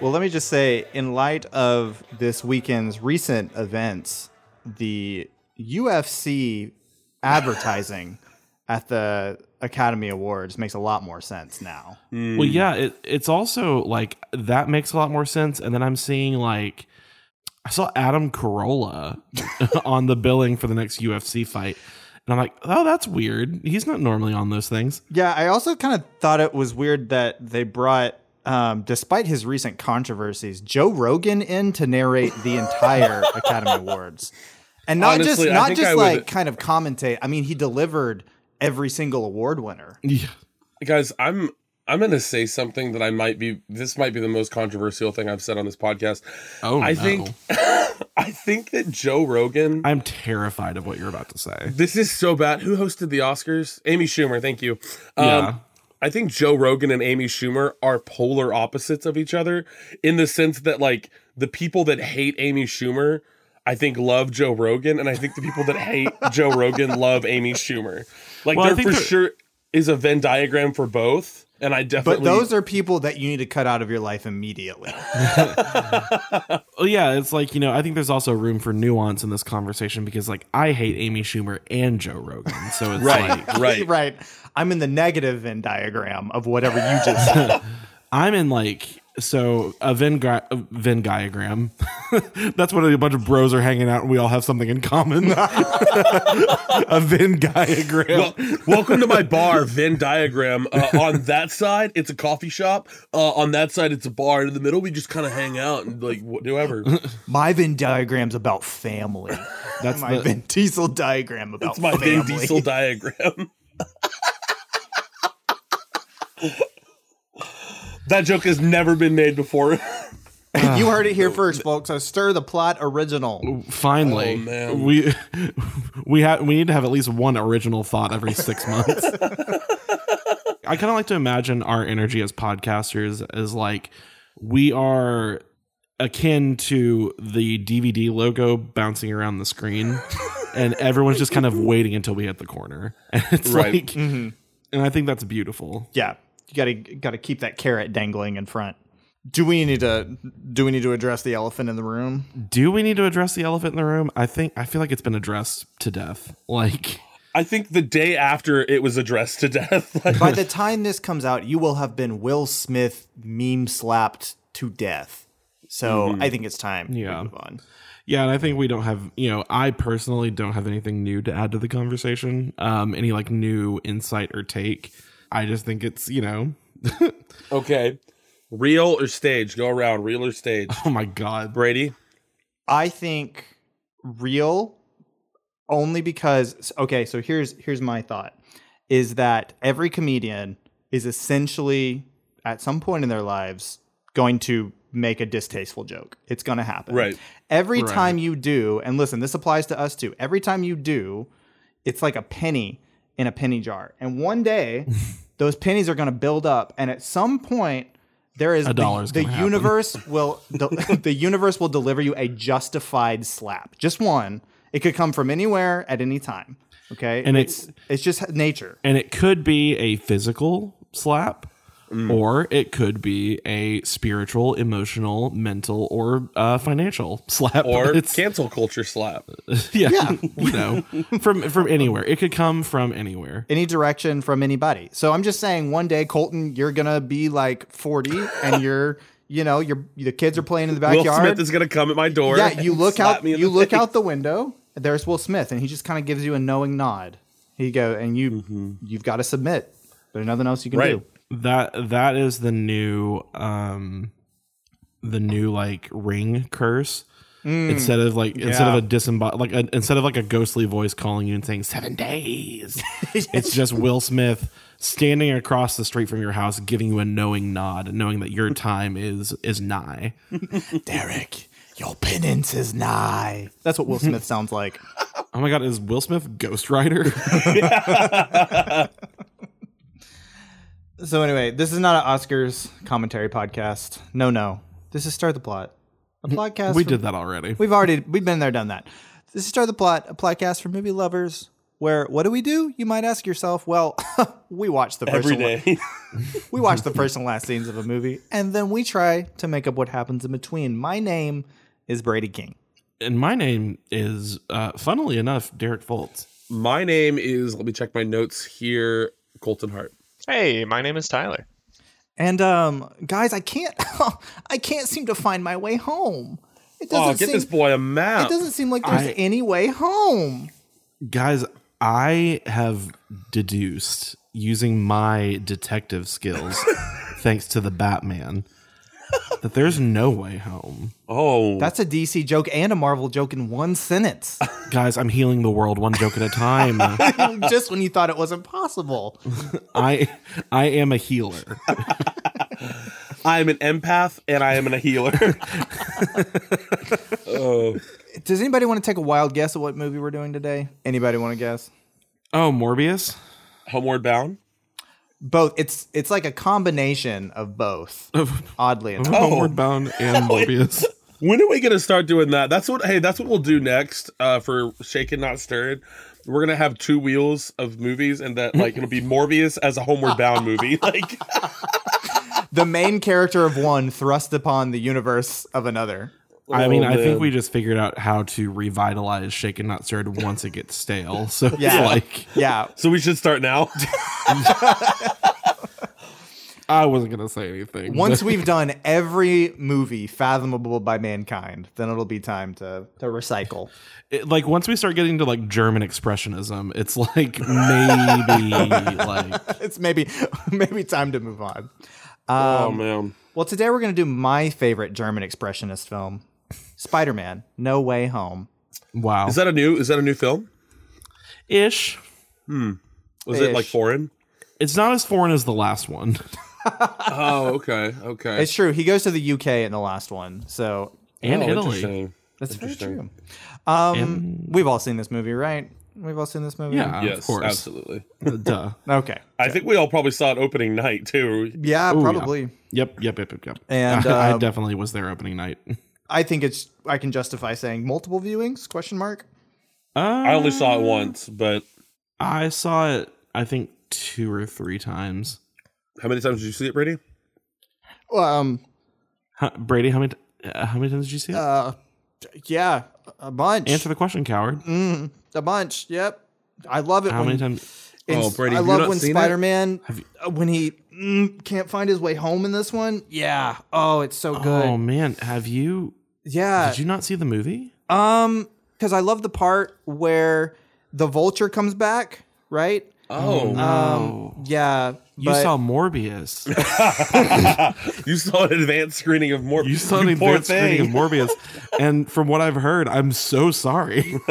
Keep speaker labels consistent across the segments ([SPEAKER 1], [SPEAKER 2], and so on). [SPEAKER 1] Well, let me just say, in light of this weekend's recent events, the UFC advertising at the Academy Awards makes a lot more sense now.
[SPEAKER 2] Well,
[SPEAKER 3] Mm.
[SPEAKER 2] yeah, it, it's also like that makes a lot more sense. And then I'm seeing like I saw Adam Carolla on the billing for the next UFC fight. And I'm like, oh, that's weird. He's not normally on those things.
[SPEAKER 1] Yeah, I also kind of thought it was weird that they brought, um, despite his recent controversies, Joe Rogan in to narrate the entire Academy Awards, and not
[SPEAKER 3] Honestly,
[SPEAKER 1] just
[SPEAKER 3] I
[SPEAKER 1] not
[SPEAKER 3] think
[SPEAKER 1] just
[SPEAKER 3] I would-
[SPEAKER 1] like kind of commentate. I mean, he delivered every single award winner.
[SPEAKER 2] Yeah.
[SPEAKER 3] guys i'm i'm gonna say something that i might be this might be the most controversial thing i've said on this podcast
[SPEAKER 2] Oh,
[SPEAKER 3] i
[SPEAKER 2] no.
[SPEAKER 3] think i think that joe rogan
[SPEAKER 2] I'm terrified of what you're about to say.
[SPEAKER 3] this is so bad who hosted the oscars amy schumer thank you um,
[SPEAKER 2] Yeah.
[SPEAKER 3] i think joe rogan and amy schumer are polar opposites of each other in the sense that like the people that hate amy schumer I think love Joe Rogan, and I think the people that hate Joe Rogan love Amy Schumer. Like
[SPEAKER 2] Well, I
[SPEAKER 3] there
[SPEAKER 2] think
[SPEAKER 3] for
[SPEAKER 2] they're-
[SPEAKER 3] sure is a Venn diagram for both, and I
[SPEAKER 1] But
[SPEAKER 3] definitely
[SPEAKER 1] those are people that you need to cut out of your life immediately.
[SPEAKER 2] Well, yeah, it's like, you know, I think there's also room for nuance in this conversation because, like, I hate Amy Schumer and Joe Rogan. So it's like,
[SPEAKER 3] right, right.
[SPEAKER 1] right. I'm in the negative Venn diagram of whatever you just said.
[SPEAKER 2] I'm in like so a Venn, gri- a Venn diagram. That's when a bunch of bros are hanging out and we all have something in common. a Venn diagram.
[SPEAKER 3] Well, welcome to my bar Venn diagram. Uh, on that side, it's a coffee shop. Uh, on that side, it's a bar. In the middle, we just kind of hang out and like whatever.
[SPEAKER 1] My Venn diagram's about family.
[SPEAKER 2] That's
[SPEAKER 1] my
[SPEAKER 2] the-
[SPEAKER 1] Vin Diesel diagram about
[SPEAKER 3] It's my
[SPEAKER 1] family.
[SPEAKER 3] Vin Diesel diagram. that joke has never been made before.
[SPEAKER 1] you heard it here first, folks. So stir the plot original.
[SPEAKER 2] Finally,
[SPEAKER 3] Oh, man.
[SPEAKER 2] we we have we need to have at least one original thought every six months. I kind of like to imagine our energy as podcasters as like we are akin to the DVD logo bouncing around the screen, and everyone's just kind of waiting until we hit the corner. And it's
[SPEAKER 3] Right.
[SPEAKER 2] like, and I think that's beautiful.
[SPEAKER 1] Mm-hmm. Yeah, you gotta gotta keep that carrot dangling in front. Do we need to do we need to address the elephant in the room?
[SPEAKER 2] Do we need to address the elephant in the room? I think I feel like it's been addressed to death. Like.
[SPEAKER 3] I think the day after it was addressed to death. Like,
[SPEAKER 1] By the time this comes out, you will have been Will Smith meme slapped to death. So I think it's time
[SPEAKER 2] Yeah.
[SPEAKER 1] we move on.
[SPEAKER 2] Yeah, and I think we don't have, you know, I personally don't have anything new to add to the conversation. Um, any like new insight or take. I just think it's, you know,
[SPEAKER 3] okay, real or stage? Go around, real or stage?
[SPEAKER 2] oh my god.
[SPEAKER 3] Brady.
[SPEAKER 1] I think real only because okay, so here's here's my thought is that every comedian is essentially at some point in their lives going to make a distasteful joke. It's going to happen.
[SPEAKER 3] Right.
[SPEAKER 1] Every time you do, and listen, this applies to us too. Every time you do, it's like a penny in a penny jar. And one day, those pennies are going to build up and at some point there is
[SPEAKER 2] dollar's
[SPEAKER 1] the, the
[SPEAKER 2] gonna happen.
[SPEAKER 1] universe will the, the universe will deliver you a justified slap. Just one. It could come from anywhere at any time. Okay?
[SPEAKER 2] And
[SPEAKER 1] it's
[SPEAKER 2] it-
[SPEAKER 1] it's just nature.
[SPEAKER 2] And it could be a physical slap or it could be a spiritual, emotional, mental, or uh, financial slap.
[SPEAKER 3] Or
[SPEAKER 2] it's
[SPEAKER 3] cancel culture slap.
[SPEAKER 2] yeah, you know, from from anywhere. It could come from anywhere.
[SPEAKER 1] Any direction from anybody. So I'm just saying one day Colton you're going to be like 40 and you're you know, your the kids are playing in the
[SPEAKER 3] Will
[SPEAKER 1] backyard.
[SPEAKER 3] Smith is gonna come at my door.
[SPEAKER 1] yeah, you
[SPEAKER 3] and
[SPEAKER 1] look
[SPEAKER 3] slap
[SPEAKER 1] out
[SPEAKER 3] me in
[SPEAKER 1] you
[SPEAKER 3] the
[SPEAKER 1] look
[SPEAKER 3] face.
[SPEAKER 1] out the window. There's Will Smith and he just kind of gives you a knowing nod. He go and you you've got to submit. There's nothing else you can
[SPEAKER 3] Mm-hmm. Right.
[SPEAKER 1] do.
[SPEAKER 2] that that is the new um the new like ring curse instead of like instead of a disembodied like a, instead of like a ghostly voice calling you and saying seven days it's just will smith standing across the street from your house giving you a knowing nod knowing that your time is is nigh
[SPEAKER 1] Derek, your penance is nigh. That's what Will Smith sounds like.
[SPEAKER 2] oh my god is will smith ghost rider
[SPEAKER 1] So anyway, this is not an Oscars commentary podcast. No, no. This is Start the Plot. A podcast
[SPEAKER 2] we
[SPEAKER 1] for-
[SPEAKER 2] did that already
[SPEAKER 1] We've already we've been there, done that. This is Start the Plot, a podcast for movie lovers where what do we do? You might ask yourself, well, we watch the first
[SPEAKER 3] every
[SPEAKER 1] and la-
[SPEAKER 3] day.
[SPEAKER 1] we watch the first and last scenes of a movie and then we try to make up what happens in between. My name is Brady King.
[SPEAKER 2] And my name is, uh, funnily enough, Derek Foltz.
[SPEAKER 3] my name is. Let me check my notes here. Colton Hart.
[SPEAKER 4] Hey, my name is Tyler.
[SPEAKER 1] And um guys, I can't I can't seem to find my way home. It
[SPEAKER 3] Oh,
[SPEAKER 1] doesn't
[SPEAKER 3] get
[SPEAKER 1] seem
[SPEAKER 3] this boy a
[SPEAKER 1] it
[SPEAKER 3] map.
[SPEAKER 1] doesn't seem like there's
[SPEAKER 2] I-
[SPEAKER 1] any way home.
[SPEAKER 2] Guys, I have deduced using my detective skills, thanks to the Batman, that there's no way home.
[SPEAKER 3] Oh,
[SPEAKER 1] That's a DC joke and a Marvel joke in one sentence.
[SPEAKER 2] Guys, I'm healing the world one joke at a time.
[SPEAKER 1] Just when you thought it wasn't possible.
[SPEAKER 2] I I am a healer.
[SPEAKER 3] I'm an empath and I am a healer. oh,
[SPEAKER 1] Does anybody want to take a wild guess at what movie we're doing today? Anybody want to guess?
[SPEAKER 2] Oh, Morbius?
[SPEAKER 3] homeward bound.
[SPEAKER 1] Both. It's it's like a combination of both. Oddly enough.
[SPEAKER 2] Homeward Bound
[SPEAKER 1] Oh,
[SPEAKER 2] and Morbius.
[SPEAKER 3] When are we gonna start doing that? That's what. Hey, that's what we'll do next uh, for Shaken Not Stirred. We're gonna have two wheels of movies, and that like it'll be Morbius as a Homeward Bound movie. Like,
[SPEAKER 1] the main character of one thrust upon the universe of another.
[SPEAKER 2] I mean,
[SPEAKER 3] Oh,
[SPEAKER 2] I
[SPEAKER 3] man.
[SPEAKER 2] think we just figured out how to revitalize Shaken Not Stirred once it gets stale. So
[SPEAKER 1] Yeah.
[SPEAKER 2] it's like
[SPEAKER 1] Yeah.
[SPEAKER 3] So we should start now.
[SPEAKER 2] I wasn't gonna say anything.
[SPEAKER 1] Once
[SPEAKER 2] but-
[SPEAKER 1] we've done every movie fathomable by mankind, then it'll be time to to recycle.
[SPEAKER 2] it- like once we start getting to like German expressionism, it's like maybe like
[SPEAKER 1] It's maybe maybe time to move on.
[SPEAKER 3] oh man.
[SPEAKER 1] Well, today we're going to do my favorite German expressionist film, Spider-Man: No Way Home.
[SPEAKER 2] wow
[SPEAKER 3] Is that a new? Is that a new film?
[SPEAKER 2] ish.
[SPEAKER 3] Was it like
[SPEAKER 1] Ish.
[SPEAKER 3] foreign?
[SPEAKER 2] It's not as foreign as the last one.
[SPEAKER 3] Oh, okay, okay.
[SPEAKER 1] It's true. He goes to the UK in the last one, so
[SPEAKER 2] And
[SPEAKER 3] Oh,
[SPEAKER 2] Italy.
[SPEAKER 3] interesting.
[SPEAKER 1] that's very true.
[SPEAKER 3] Interesting.
[SPEAKER 1] Um,
[SPEAKER 2] And-
[SPEAKER 1] we've all seen this movie, right? We've all seen this movie.
[SPEAKER 2] Yeah,
[SPEAKER 3] Yes,
[SPEAKER 2] of course.
[SPEAKER 3] absolutely.
[SPEAKER 2] Duh.
[SPEAKER 1] Okay.
[SPEAKER 3] I think we all probably saw it opening night too.
[SPEAKER 1] Yeah,
[SPEAKER 2] yeah.
[SPEAKER 1] probably.
[SPEAKER 2] Yep, yep, yep, yep, yep.
[SPEAKER 1] And,
[SPEAKER 2] I,
[SPEAKER 1] uh,
[SPEAKER 2] I definitely was there opening night.
[SPEAKER 1] I think it's. I can justify saying multiple viewings? Question mark.
[SPEAKER 3] I only
[SPEAKER 1] Mm.
[SPEAKER 3] saw it once, but
[SPEAKER 2] Uh, I saw it, I think, two or three times.
[SPEAKER 3] how many times did you see it, Brady?
[SPEAKER 1] Um.
[SPEAKER 2] Huh, Brady, how many t- uh, how many times did you see it?
[SPEAKER 1] Uh. Yeah. A bunch.
[SPEAKER 2] Answer the question, coward.
[SPEAKER 1] Mm, a bunch. Yep. I love it.
[SPEAKER 2] How
[SPEAKER 1] when,
[SPEAKER 2] many times?
[SPEAKER 1] in-
[SPEAKER 3] Oh, Brady,
[SPEAKER 1] I
[SPEAKER 3] have you
[SPEAKER 1] love
[SPEAKER 3] not
[SPEAKER 1] when
[SPEAKER 3] seen it?
[SPEAKER 1] Spider Man
[SPEAKER 2] Have you-
[SPEAKER 1] when he mm, can't find his way home in this one. Yeah. Oh, it's so good. Uh,
[SPEAKER 2] Oh man, have you?
[SPEAKER 1] yeah.
[SPEAKER 2] Did you not see the movie?
[SPEAKER 1] um. Because I love the part where the vulture comes back. Right.
[SPEAKER 3] Oh,
[SPEAKER 2] Mm. no.
[SPEAKER 1] Um. Yeah.
[SPEAKER 2] you
[SPEAKER 1] but-
[SPEAKER 2] saw Morbius.
[SPEAKER 3] you saw an advanced screening of more.
[SPEAKER 2] You saw an
[SPEAKER 3] poor
[SPEAKER 2] advanced screening of
[SPEAKER 3] thing.
[SPEAKER 2] Morbius, and from what I've heard, I'm so sorry.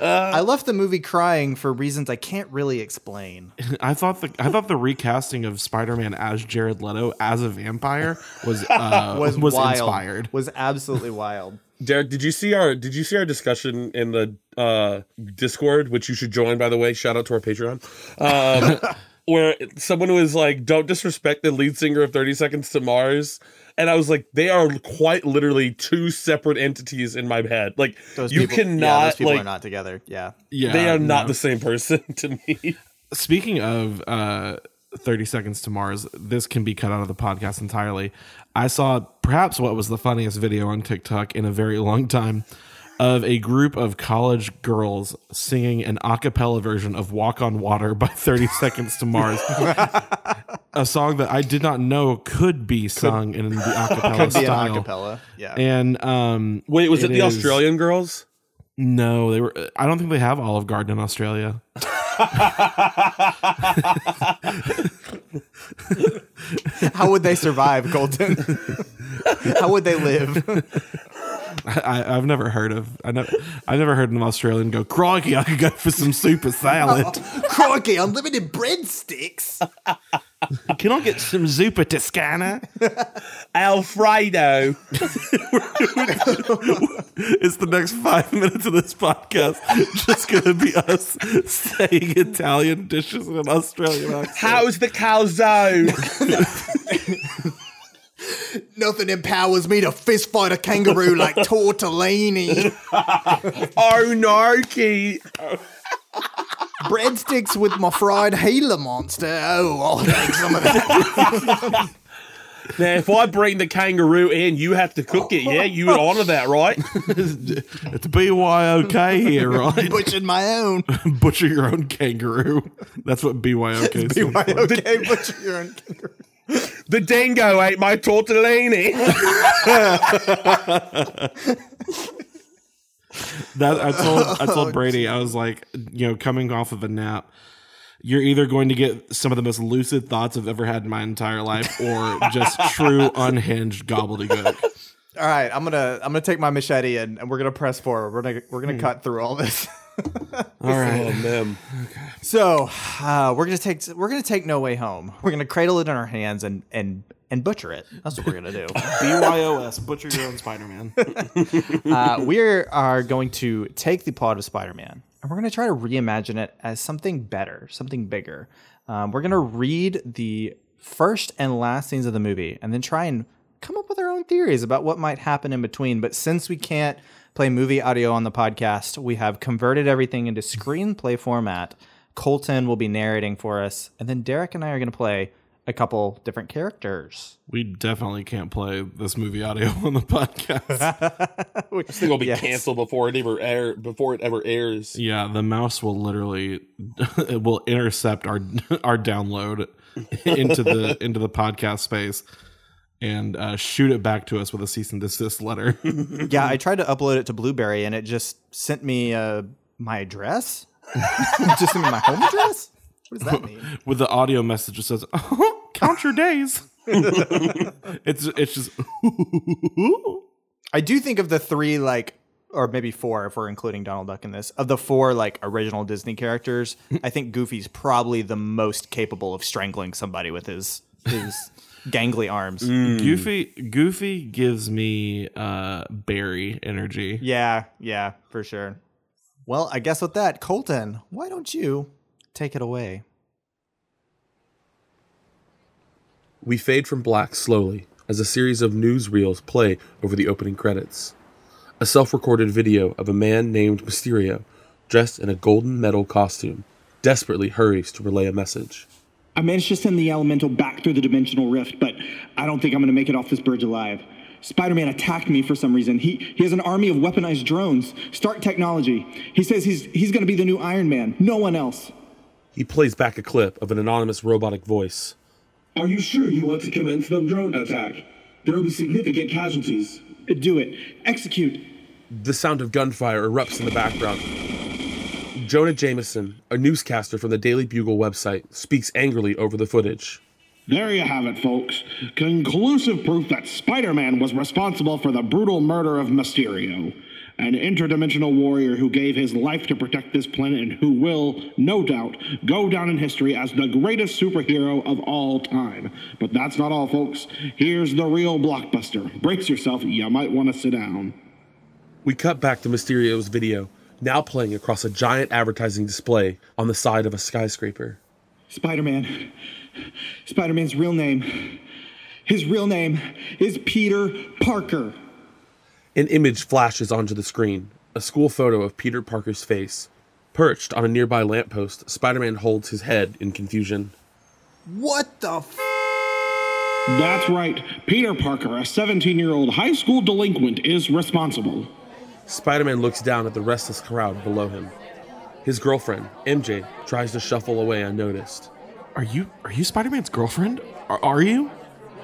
[SPEAKER 1] I left the movie crying for reasons I can't really explain.
[SPEAKER 2] I thought the I thought the recasting of Spider-Man as Jared Leto as a vampire was uh, was,
[SPEAKER 1] wild.
[SPEAKER 2] inspired.
[SPEAKER 1] Was absolutely wild.
[SPEAKER 3] Derek, did you see our did you see our discussion in the uh Discord, which you should join by the way, shout out to our Patreon. Um where someone was like, Don't disrespect the lead singer of 30 Seconds to Mars. And I was like, they are quite literally two separate entities in my head. Like
[SPEAKER 1] Those
[SPEAKER 3] you
[SPEAKER 1] people, yeah, those
[SPEAKER 3] cannot
[SPEAKER 1] people
[SPEAKER 3] like
[SPEAKER 1] are not together. Yeah.
[SPEAKER 2] Yeah,
[SPEAKER 3] they are
[SPEAKER 2] no.
[SPEAKER 3] not the same person to me.
[SPEAKER 2] Speaking of uh, 30 Seconds to Mars, this can be cut out of the podcast entirely. I saw perhaps what was the funniest video on TikTok in a very long time of a group of college girls singing an a cappella version of Walk on Water by 30 Seconds to Mars. a song that I did not know could be sung in the a cappella
[SPEAKER 1] Could be an
[SPEAKER 2] style.
[SPEAKER 1] acapella. Yeah.
[SPEAKER 2] And um
[SPEAKER 3] Wait, was it,
[SPEAKER 2] It
[SPEAKER 3] the
[SPEAKER 2] is-
[SPEAKER 3] Australian girls?
[SPEAKER 2] no, they were I don't think they have Olive Garden in Australia.
[SPEAKER 1] How would they survive, Colton? How would they live?
[SPEAKER 2] I, I've never heard of I never I've never heard an Australian go crikey I could go for some super salad.
[SPEAKER 1] Crikey, unlimited breadsticks.
[SPEAKER 2] Can I get some super Toscana?
[SPEAKER 3] Alfredo.
[SPEAKER 2] It's the next five minutes of this podcast just gonna be us saying Italian dishes in an Australian accent.
[SPEAKER 3] How's the calzone?
[SPEAKER 1] Nothing empowers me to fist fight a kangaroo
[SPEAKER 3] Oh,
[SPEAKER 1] like tortellini.
[SPEAKER 3] Onarchy.
[SPEAKER 1] breadsticks with my fried Gila monster. Oh, I'll take some of that.
[SPEAKER 3] Now, if I bring the kangaroo in, you have to cook it. Yeah, you would honor that, right?
[SPEAKER 2] it's BYOK here, right?
[SPEAKER 1] Butchered my own.
[SPEAKER 2] Butcher your own kangaroo. That's what BYOK stands for.
[SPEAKER 1] okay, butcher your own kangaroo.
[SPEAKER 3] The dingo ate my tortellini.
[SPEAKER 2] That I told I told Brady I was like, you know, coming off of a nap, you're either going to get some of the most lucid thoughts I've ever had in my entire life, or just true unhinged gobbledygook.
[SPEAKER 1] All right, I'm gonna I'm gonna take my machete and, and we're gonna press forward. We're gonna we're gonna cut through all this.
[SPEAKER 2] All right,
[SPEAKER 3] Oh, man.
[SPEAKER 1] So uh, we're gonna take we're gonna take No Way Home. We're gonna cradle it in our hands and and and butcher it. That's what we're gonna do.
[SPEAKER 2] BYOS, butcher your own Spider Man.
[SPEAKER 1] uh, we are going to take the plot of Spider-Man and we're going to try to reimagine it as something better, something bigger. Um, we're going to read the first and last scenes of the movie and then try and come up with our own theories about what might happen in between. But since we can't play movie audio on the podcast, we have converted everything into screenplay format. Colton will be narrating for us, and then Derek and I are going to play a couple different characters.
[SPEAKER 2] We definitely can't play this movie audio on the podcast.
[SPEAKER 3] This thing will be canceled before it ever air before it ever airs.
[SPEAKER 2] yeah, the mouse will literally it will intercept our our download into the into the podcast space and uh, shoot it back to us with a cease and desist letter.
[SPEAKER 1] Yeah, I tried to upload it to Blueberry and it just sent me uh, my address. It just sent me my home address. What does that mean?
[SPEAKER 2] with the audio message that says "Uh-huh, count your days it's it's just
[SPEAKER 1] I do think of the three, like, or maybe four if we're including Donald Duck in this, of the four like original Disney characters, I think Goofy's probably the most capable of strangling somebody with his his gangly arms.
[SPEAKER 2] goofy goofy gives me uh berry energy
[SPEAKER 1] Yeah, yeah, for sure. Well, I guess with that, Colton, why don't you take it away?
[SPEAKER 3] We fade from black slowly as a series of newsreels play over the opening credits. A self recorded video of a man named Mysterio, dressed in a golden metal costume, desperately hurries to relay a message.
[SPEAKER 5] I managed to send the elemental back through the dimensional rift, but I don't think I'm gonna make it off this bridge alive. Spider-Man attacked me for some reason. He he has an army of weaponized drones, Stark technology. He says he's he's gonna be the new Iron Man. No one else.
[SPEAKER 3] He plays back a clip of an anonymous robotic voice.
[SPEAKER 6] Are you sure you want to commence the drone attack? There will be significant casualties.
[SPEAKER 5] Do it. Execute.
[SPEAKER 3] The sound of gunfire erupts in the background. Jonah Jameson, a newscaster from the Daily Bugle website, speaks angrily over the footage.
[SPEAKER 7] There you have it, folks. Conclusive proof that Spider Man was responsible for the brutal murder of Mysterio, an interdimensional warrior who gave his life to protect this planet and who will, no doubt, go down in history as the greatest superhero of all time. But that's not all, folks. Here's the real blockbuster. Brace yourself, you might want to sit down.
[SPEAKER 3] We cut back to Mysterio's video, now playing across a giant advertising display on the side of a skyscraper.
[SPEAKER 5] Spider-Man. Spider-Man's real name. His real name is Peter Parker.
[SPEAKER 3] An image flashes onto the screen a school photo of Peter Parker's face. Perched on a nearby lamppost, Spider Man holds his head in confusion.
[SPEAKER 1] What the f-
[SPEAKER 7] That's right. Peter Parker, a 17 year old high school delinquent, is responsible.
[SPEAKER 3] Spider Man looks down at the restless crowd below him. His girlfriend, MJ, tries to shuffle away unnoticed.
[SPEAKER 2] are you are you spider-man's girlfriend are, are you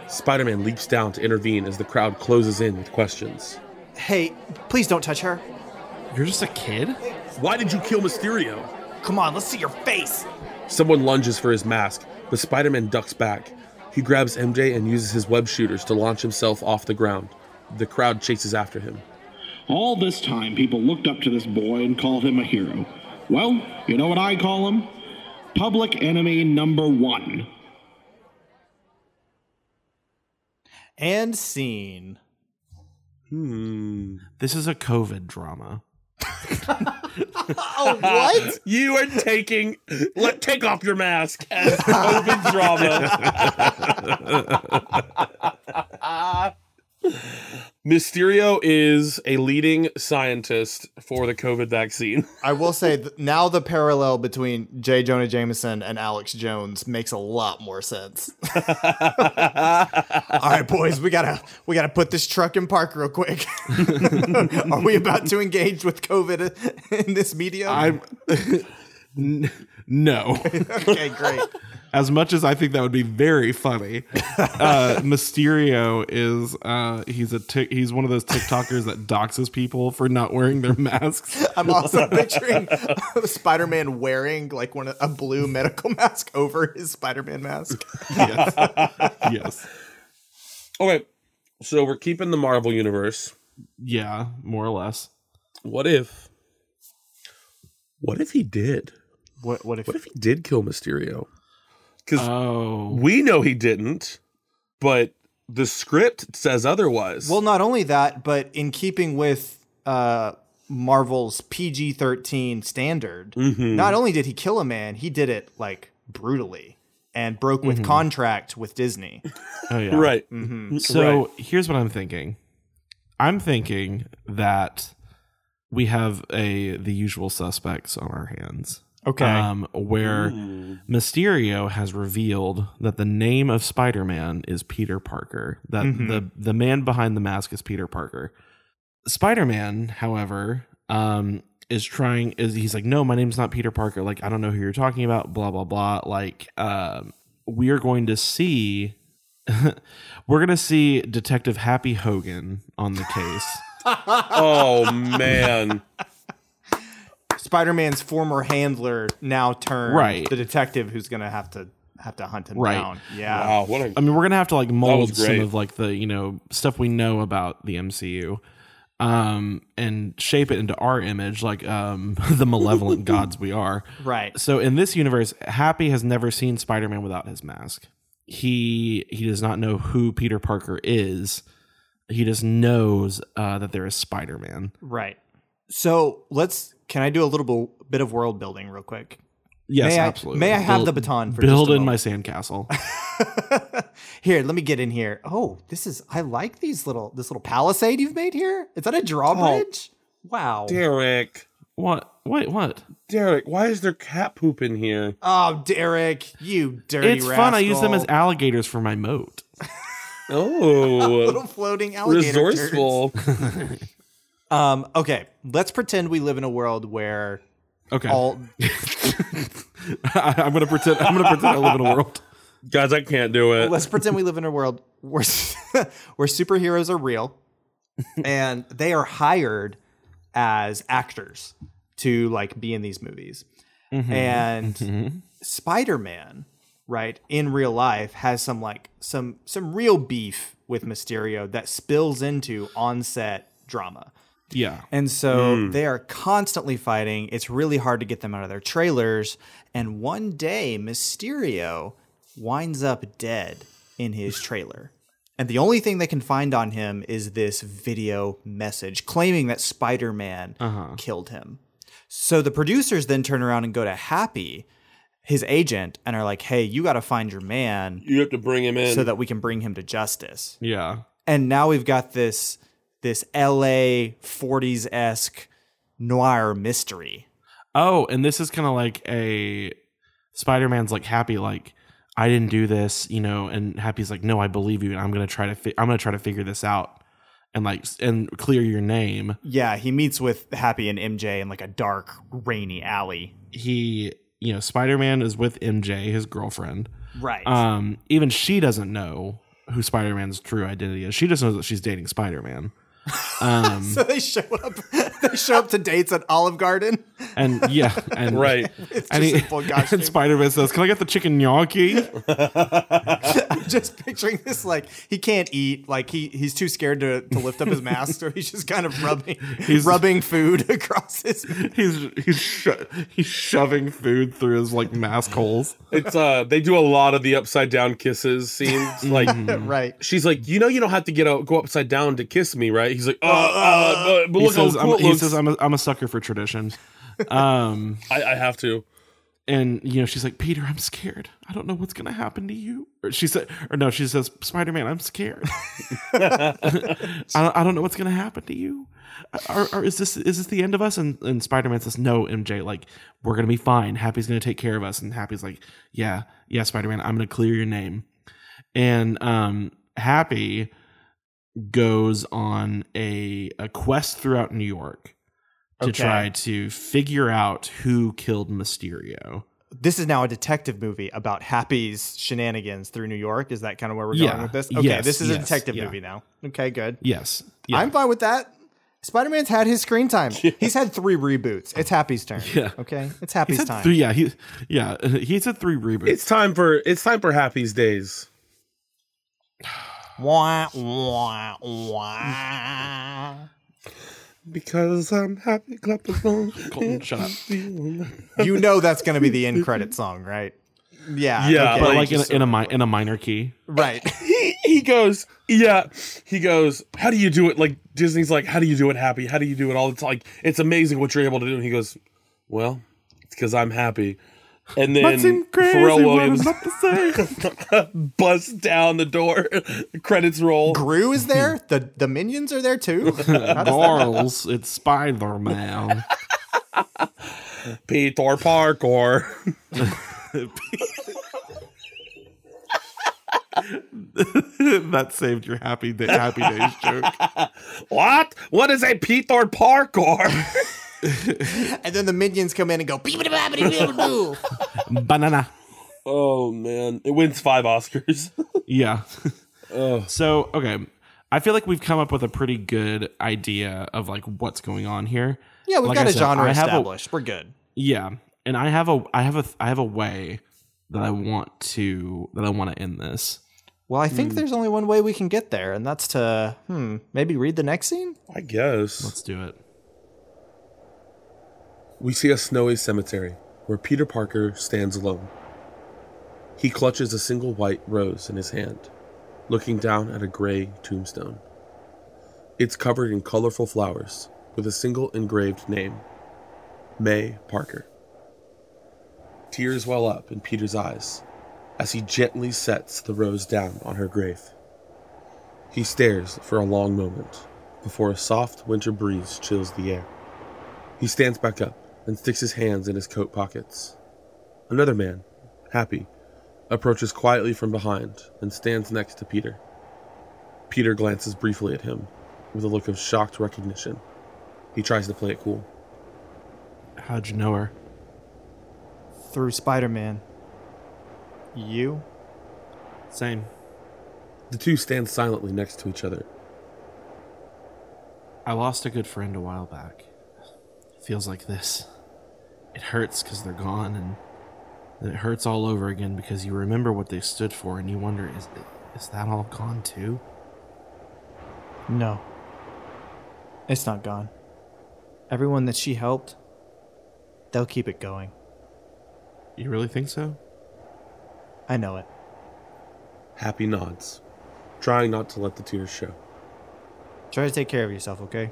[SPEAKER 3] Spider Man leaps down to intervene as the crowd closes in with questions.
[SPEAKER 1] Hey, please don't touch her.
[SPEAKER 2] you're just a kid
[SPEAKER 3] Why did you kill Mysterio?
[SPEAKER 1] Come on, let's see your face.
[SPEAKER 3] Someone lunges for his mask, but Spider Man ducks back. He grabs MJ and uses his web shooters to launch himself off the ground. The crowd chases after him.
[SPEAKER 7] All this time, people looked up to this boy and called him a hero. Well, you know what I call him? Public enemy number one.
[SPEAKER 1] And scene.
[SPEAKER 2] this is a covid drama
[SPEAKER 1] Oh, what?
[SPEAKER 3] You are taking. Let take off your mask as COVID drama. Mysterio is a leading scientist for the COVID vaccine.
[SPEAKER 1] I will say th- now the parallel between J. Jonah Jameson and Alex Jones makes a lot more sense. All right, boys, we gotta we gotta put this truck in park real quick. Are we about to engage with COVID in this medium?
[SPEAKER 2] I'm N- no.
[SPEAKER 1] okay, great.
[SPEAKER 2] As much as I think that would be very funny, uh, Mysterio is uh, he's a tick he's one of those TikTokers that doxes people for not wearing their masks.
[SPEAKER 1] I'm also picturing Spider-Man wearing like one a blue medical mask over his Spider-Man mask.
[SPEAKER 2] Yes, yes,
[SPEAKER 3] Okay, so we're keeping the Marvel universe.
[SPEAKER 2] yeah, more or less.
[SPEAKER 3] What if? What if he did?
[SPEAKER 1] What what if
[SPEAKER 3] What if he did kill Mysterio? Because
[SPEAKER 2] Oh,
[SPEAKER 3] we know he didn't, but the script says otherwise.
[SPEAKER 1] Well, not only that, but in keeping with uh, Marvel's PG 13 standard,
[SPEAKER 2] Mm-hmm.
[SPEAKER 3] Mm-hmm.
[SPEAKER 1] not only did he kill a man, he did it like brutally and broke
[SPEAKER 2] Mm-hmm.
[SPEAKER 1] with contract with Disney. Mm-hmm.
[SPEAKER 2] oh yeah,
[SPEAKER 3] right.
[SPEAKER 2] So here's what I'm thinking. I'm thinking that we have a the usual suspects on our hands.
[SPEAKER 1] Okay.
[SPEAKER 2] Um, where
[SPEAKER 3] Hmm.
[SPEAKER 1] Hmm.
[SPEAKER 2] Mysterio has revealed that the name of Spider-Man is Peter Parker. That the the man behind the mask is Peter Parker. Spider-Man, however, um, is trying is he's like, no, my name's not Peter Parker. Like, I don't know who you're talking about. Blah blah blah. Like, um, we are going to see, we're gonna see Detective Happy Hogan on the case.
[SPEAKER 3] Oh man.
[SPEAKER 1] Spider Man's former handler now turned
[SPEAKER 2] Right.
[SPEAKER 1] the detective who's going to have to have to hunt him
[SPEAKER 2] Right.
[SPEAKER 1] down. Yeah.
[SPEAKER 3] Wow. What a
[SPEAKER 2] I mean, we're gonna have to like mold
[SPEAKER 3] was
[SPEAKER 2] some
[SPEAKER 3] great.
[SPEAKER 2] of like the you know stuff we know about the MCU, um, and shape it into our image, like um, the malevolent gods we are.
[SPEAKER 1] Right.
[SPEAKER 2] So in this universe, Happy has never seen Spider-Man without his mask. He he does not know who Peter Parker is. He just knows uh, that there is Spider-Man.
[SPEAKER 1] Right. So let's. Can I do a little bu- bit of world building real quick?
[SPEAKER 2] Yes,
[SPEAKER 1] May I-
[SPEAKER 2] absolutely.
[SPEAKER 1] may I have the baton for just
[SPEAKER 2] build
[SPEAKER 1] a
[SPEAKER 2] in my
[SPEAKER 1] moment?
[SPEAKER 2] sandcastle?
[SPEAKER 1] here, let me get in here. Oh, this is I like these little this little palisade you've made here. Is that a drawbridge?
[SPEAKER 2] Oh,
[SPEAKER 1] wow.
[SPEAKER 3] Derek.
[SPEAKER 2] what? Wait, what?
[SPEAKER 3] Derek, why is there cat poop in here?
[SPEAKER 1] Oh, Derek, you dirty
[SPEAKER 2] It's fun. I use them as
[SPEAKER 1] rascal.
[SPEAKER 2] alligators for my moat.
[SPEAKER 1] little
[SPEAKER 3] Oh,
[SPEAKER 1] floating alligator.
[SPEAKER 3] resourceful.
[SPEAKER 1] turds. Um, okay, let's pretend we live in a world where
[SPEAKER 2] Okay.
[SPEAKER 1] all
[SPEAKER 2] I, I'm gonna pretend. I'm gonna pretend I live in a world.
[SPEAKER 3] Guys, I can't do it.
[SPEAKER 1] let's pretend we live in a world where where superheroes are real and they are hired as actors to like be in these movies. And Spider-Man, right, in real life has some like some some real beef with Mysterio that spills into on-set drama.
[SPEAKER 2] Yeah.
[SPEAKER 1] And so they are constantly fighting. It's really hard to get them out of their trailers. And one day, Mysterio winds up dead in his trailer. And the only thing they can find on him is this video message claiming that Spider Man killed him. So the producers then turn around and go to Happy, his agent, and are like, hey, you got to find your man
[SPEAKER 3] You have to bring him in.
[SPEAKER 1] so that we can bring him to justice
[SPEAKER 2] Yeah.
[SPEAKER 1] and now we've got this this LA 40s esque noir mystery.
[SPEAKER 2] Oh, and this is kind of like a Spider-Man's like happy like I didn't do this, you know, and Happy's like no, I believe you, and I'm gonna try to fi- I'm gonna try to figure this out, and like s- and clear your name.
[SPEAKER 1] Yeah, he meets with Happy and MJ in like a dark, rainy alley.
[SPEAKER 2] He, you know, Spider-Man is with MJ, his girlfriend.
[SPEAKER 1] Right.
[SPEAKER 2] Um, even she doesn't know who Spider-Man's true identity is. She just knows that she's dating Spider-Man. Um,
[SPEAKER 1] so they show up. They show up to dates at Olive Garden.
[SPEAKER 2] and yeah, and
[SPEAKER 3] right.
[SPEAKER 1] It's
[SPEAKER 2] And,
[SPEAKER 1] just
[SPEAKER 2] he,
[SPEAKER 1] a full costume.
[SPEAKER 2] and Spider-Man says, "Can I get the chicken gnocchi?"
[SPEAKER 1] I'm just picturing this like he can't eat. Like he he's too scared to, to lift up his mask, so he's just kind of rubbing
[SPEAKER 2] He's-
[SPEAKER 1] rubbing food across his.
[SPEAKER 2] he's he's sho- he's shoving food through his like mask holes.
[SPEAKER 3] It's uh they do a lot of the upside down kisses scenes. Like
[SPEAKER 1] Right.
[SPEAKER 3] she's like, you know you don't have to get out go upside down to kiss me, right? He's like, uh, uh, but, but
[SPEAKER 2] He
[SPEAKER 3] look how
[SPEAKER 2] says,
[SPEAKER 3] cool
[SPEAKER 2] I'm,
[SPEAKER 3] it
[SPEAKER 2] he
[SPEAKER 3] looks.
[SPEAKER 2] says I'm, a, I'm a sucker for tradition. Um,
[SPEAKER 3] I, I have to.
[SPEAKER 2] and you know she's like peter i'm scared i don't know what's gonna happen to you or she said or no she says spider-man i'm scared I, don't, I don't know what's gonna happen to you or, or is this is this the end of us and, and spider-man says no mj like we're gonna be fine happy's gonna take care of us and happy's like yeah yeah spider-man i'm gonna clear your name and um happy goes on a, a quest throughout new york to
[SPEAKER 1] Okay.
[SPEAKER 2] try to figure out who killed mysterio
[SPEAKER 1] This is now a detective movie about Happy's shenanigans through New York. Is that kind of where we're going
[SPEAKER 2] Yeah.
[SPEAKER 1] with this? Okay,
[SPEAKER 2] Yes,
[SPEAKER 1] this is a
[SPEAKER 2] yes,
[SPEAKER 1] detective
[SPEAKER 2] yeah.
[SPEAKER 1] movie now. Okay, good.
[SPEAKER 2] Yes. Yeah.
[SPEAKER 1] I'm fine with that. Spider Man's had his screen time. He's had three reboots. It's Happy's turn.
[SPEAKER 2] Yeah.
[SPEAKER 1] Okay, it's
[SPEAKER 2] he
[SPEAKER 1] Happy's
[SPEAKER 2] said
[SPEAKER 1] time.
[SPEAKER 2] three. Yeah. He. Yeah. He said three reboots.
[SPEAKER 3] It's time for it's time for Happy's days.
[SPEAKER 1] Wah, wah, wah.
[SPEAKER 3] Because I'm happy, clap along.
[SPEAKER 2] Colton, shut up.
[SPEAKER 1] you know that's going to be the end credit song, right? Yeah.
[SPEAKER 3] Yeah,
[SPEAKER 1] okay.
[SPEAKER 2] But
[SPEAKER 3] Like,
[SPEAKER 2] like in a,
[SPEAKER 3] just-
[SPEAKER 2] in a mi- in a minor key.
[SPEAKER 1] right.
[SPEAKER 3] he, he goes, yeah. He goes, how do you do it? Like Disney's like, how do you do it happy? How do you do it all? It's like it's amazing what you're able to do. And he goes, well, it's because I'm happy. And then Pharrell Williams busts down the door. Credits roll.
[SPEAKER 1] Gru is there. The the minions are there too.
[SPEAKER 2] Garls, it's Spider Man.
[SPEAKER 3] Peter Parker.
[SPEAKER 2] that saved your happy day, happy days joke.
[SPEAKER 3] what? What is a Peter Parker?
[SPEAKER 1] and then the minions come in and go. "Beep, beep, beep, beep, beep, boo."
[SPEAKER 2] Banana.
[SPEAKER 3] oh man, it wins five Oscars.
[SPEAKER 2] Yeah. So okay, I feel like we've come up with a pretty good idea of like what's going on here.
[SPEAKER 1] yeah, we've
[SPEAKER 2] Like
[SPEAKER 1] got
[SPEAKER 2] I
[SPEAKER 1] a
[SPEAKER 2] said,
[SPEAKER 1] genre
[SPEAKER 2] I have a-
[SPEAKER 1] established. We're good.
[SPEAKER 2] Yeah, and I have a I have a I have a way that I want to that I want to end this.
[SPEAKER 1] Well, I think there's only one way we can get there, and that's to hmm maybe read the next scene.
[SPEAKER 3] I guess.
[SPEAKER 2] Let's do it.
[SPEAKER 3] We see a snowy cemetery where Peter Parker stands alone. He clutches a single white rose in his hand, looking down at a gray tombstone. It's covered in colorful flowers with a single engraved name May Parker. Tears well up in Peter's eyes as he gently sets the rose down on her grave. He stares for a long moment before a soft winter breeze chills the air. He stands back up and sticks his hands in his coat pockets. Another man, happy, approaches quietly from behind and stands next to Peter. Peter glances briefly at him with a look of shocked recognition. He tries to play it cool.
[SPEAKER 2] How'd you know her?
[SPEAKER 1] Through Spider Man. You.
[SPEAKER 2] Same.
[SPEAKER 3] The two stand silently next to each other.
[SPEAKER 2] I lost a good friend a while back. Feels like this. It hurts because they're gone, and then it hurts all over again because you remember what they stood for, and you wonder, is is that all gone too?
[SPEAKER 1] No. It's not gone. Everyone that she helped, they'll keep it going.
[SPEAKER 2] You really think so?
[SPEAKER 1] I know it.
[SPEAKER 3] Happy nods, trying not to let the tears show.
[SPEAKER 1] Try to take care of yourself, okay?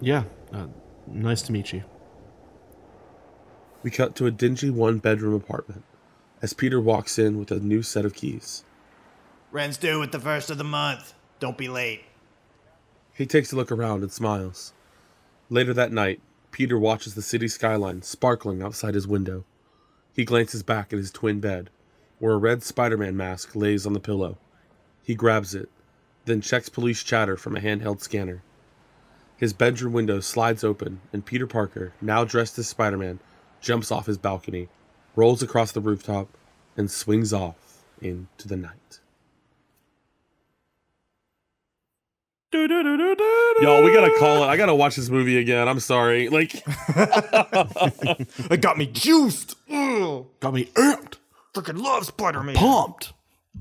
[SPEAKER 2] Yeah. Uh, nice to meet you.
[SPEAKER 3] We cut to a dingy one bedroom apartment as Peter walks in with a new set of keys.
[SPEAKER 8] Rent's due at the first of the month. Don't be late.
[SPEAKER 3] He takes a look around and smiles. Later that night, Peter watches the city skyline sparkling outside his window. He glances back at his twin bed, where a red Spider Man mask lays on the pillow. He grabs it, then checks police chatter from a handheld scanner. His bedroom window slides open, and Peter Parker, now dressed as Spider Man, jumps off his balcony, rolls across the rooftop, and swings off into the night. Y'all, we gotta call it. I gotta watch this movie again. I'm sorry. Like,
[SPEAKER 1] It got me juiced. Ugh.
[SPEAKER 2] Got me amped,
[SPEAKER 8] Freaking love Spider Man.
[SPEAKER 2] pumped.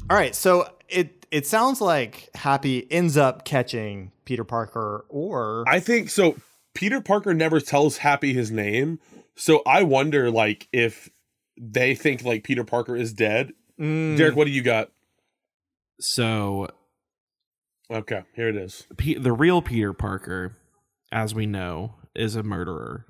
[SPEAKER 1] All right, so it it sounds like Happy ends up catching Peter Parker, or
[SPEAKER 3] I think so. Peter Parker never tells Happy his name, so I wonder, like, if they think like Peter Parker is dead.
[SPEAKER 2] Hmm.
[SPEAKER 1] Mm,
[SPEAKER 3] Derek, what do you got?
[SPEAKER 2] So
[SPEAKER 3] Okay, here it is.
[SPEAKER 2] Pe- the real Peter Parker, as we know, is a murderer.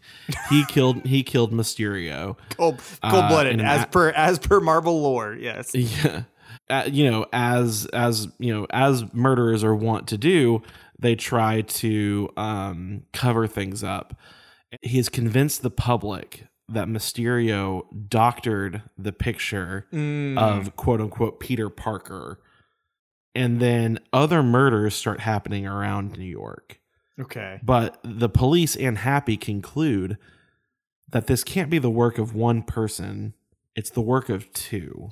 [SPEAKER 2] he killed he killed Mysterio.
[SPEAKER 1] Cold, Oh,
[SPEAKER 3] Uh,
[SPEAKER 1] cold-blooded,
[SPEAKER 2] and
[SPEAKER 1] as
[SPEAKER 2] that-
[SPEAKER 1] per as per Marvel lore. Yes.
[SPEAKER 2] Yeah. Uh, you know, as as you know, as murderers are wont to do, they try to um, cover things up. He has convinced the public that Mysterio doctored the picture
[SPEAKER 1] Mm,
[SPEAKER 2] of quote unquote Peter Parker, and then other murders start happening around New York.
[SPEAKER 1] Okay.
[SPEAKER 2] But the police and Happy conclude that this can't be the work of one person; it's the work of two.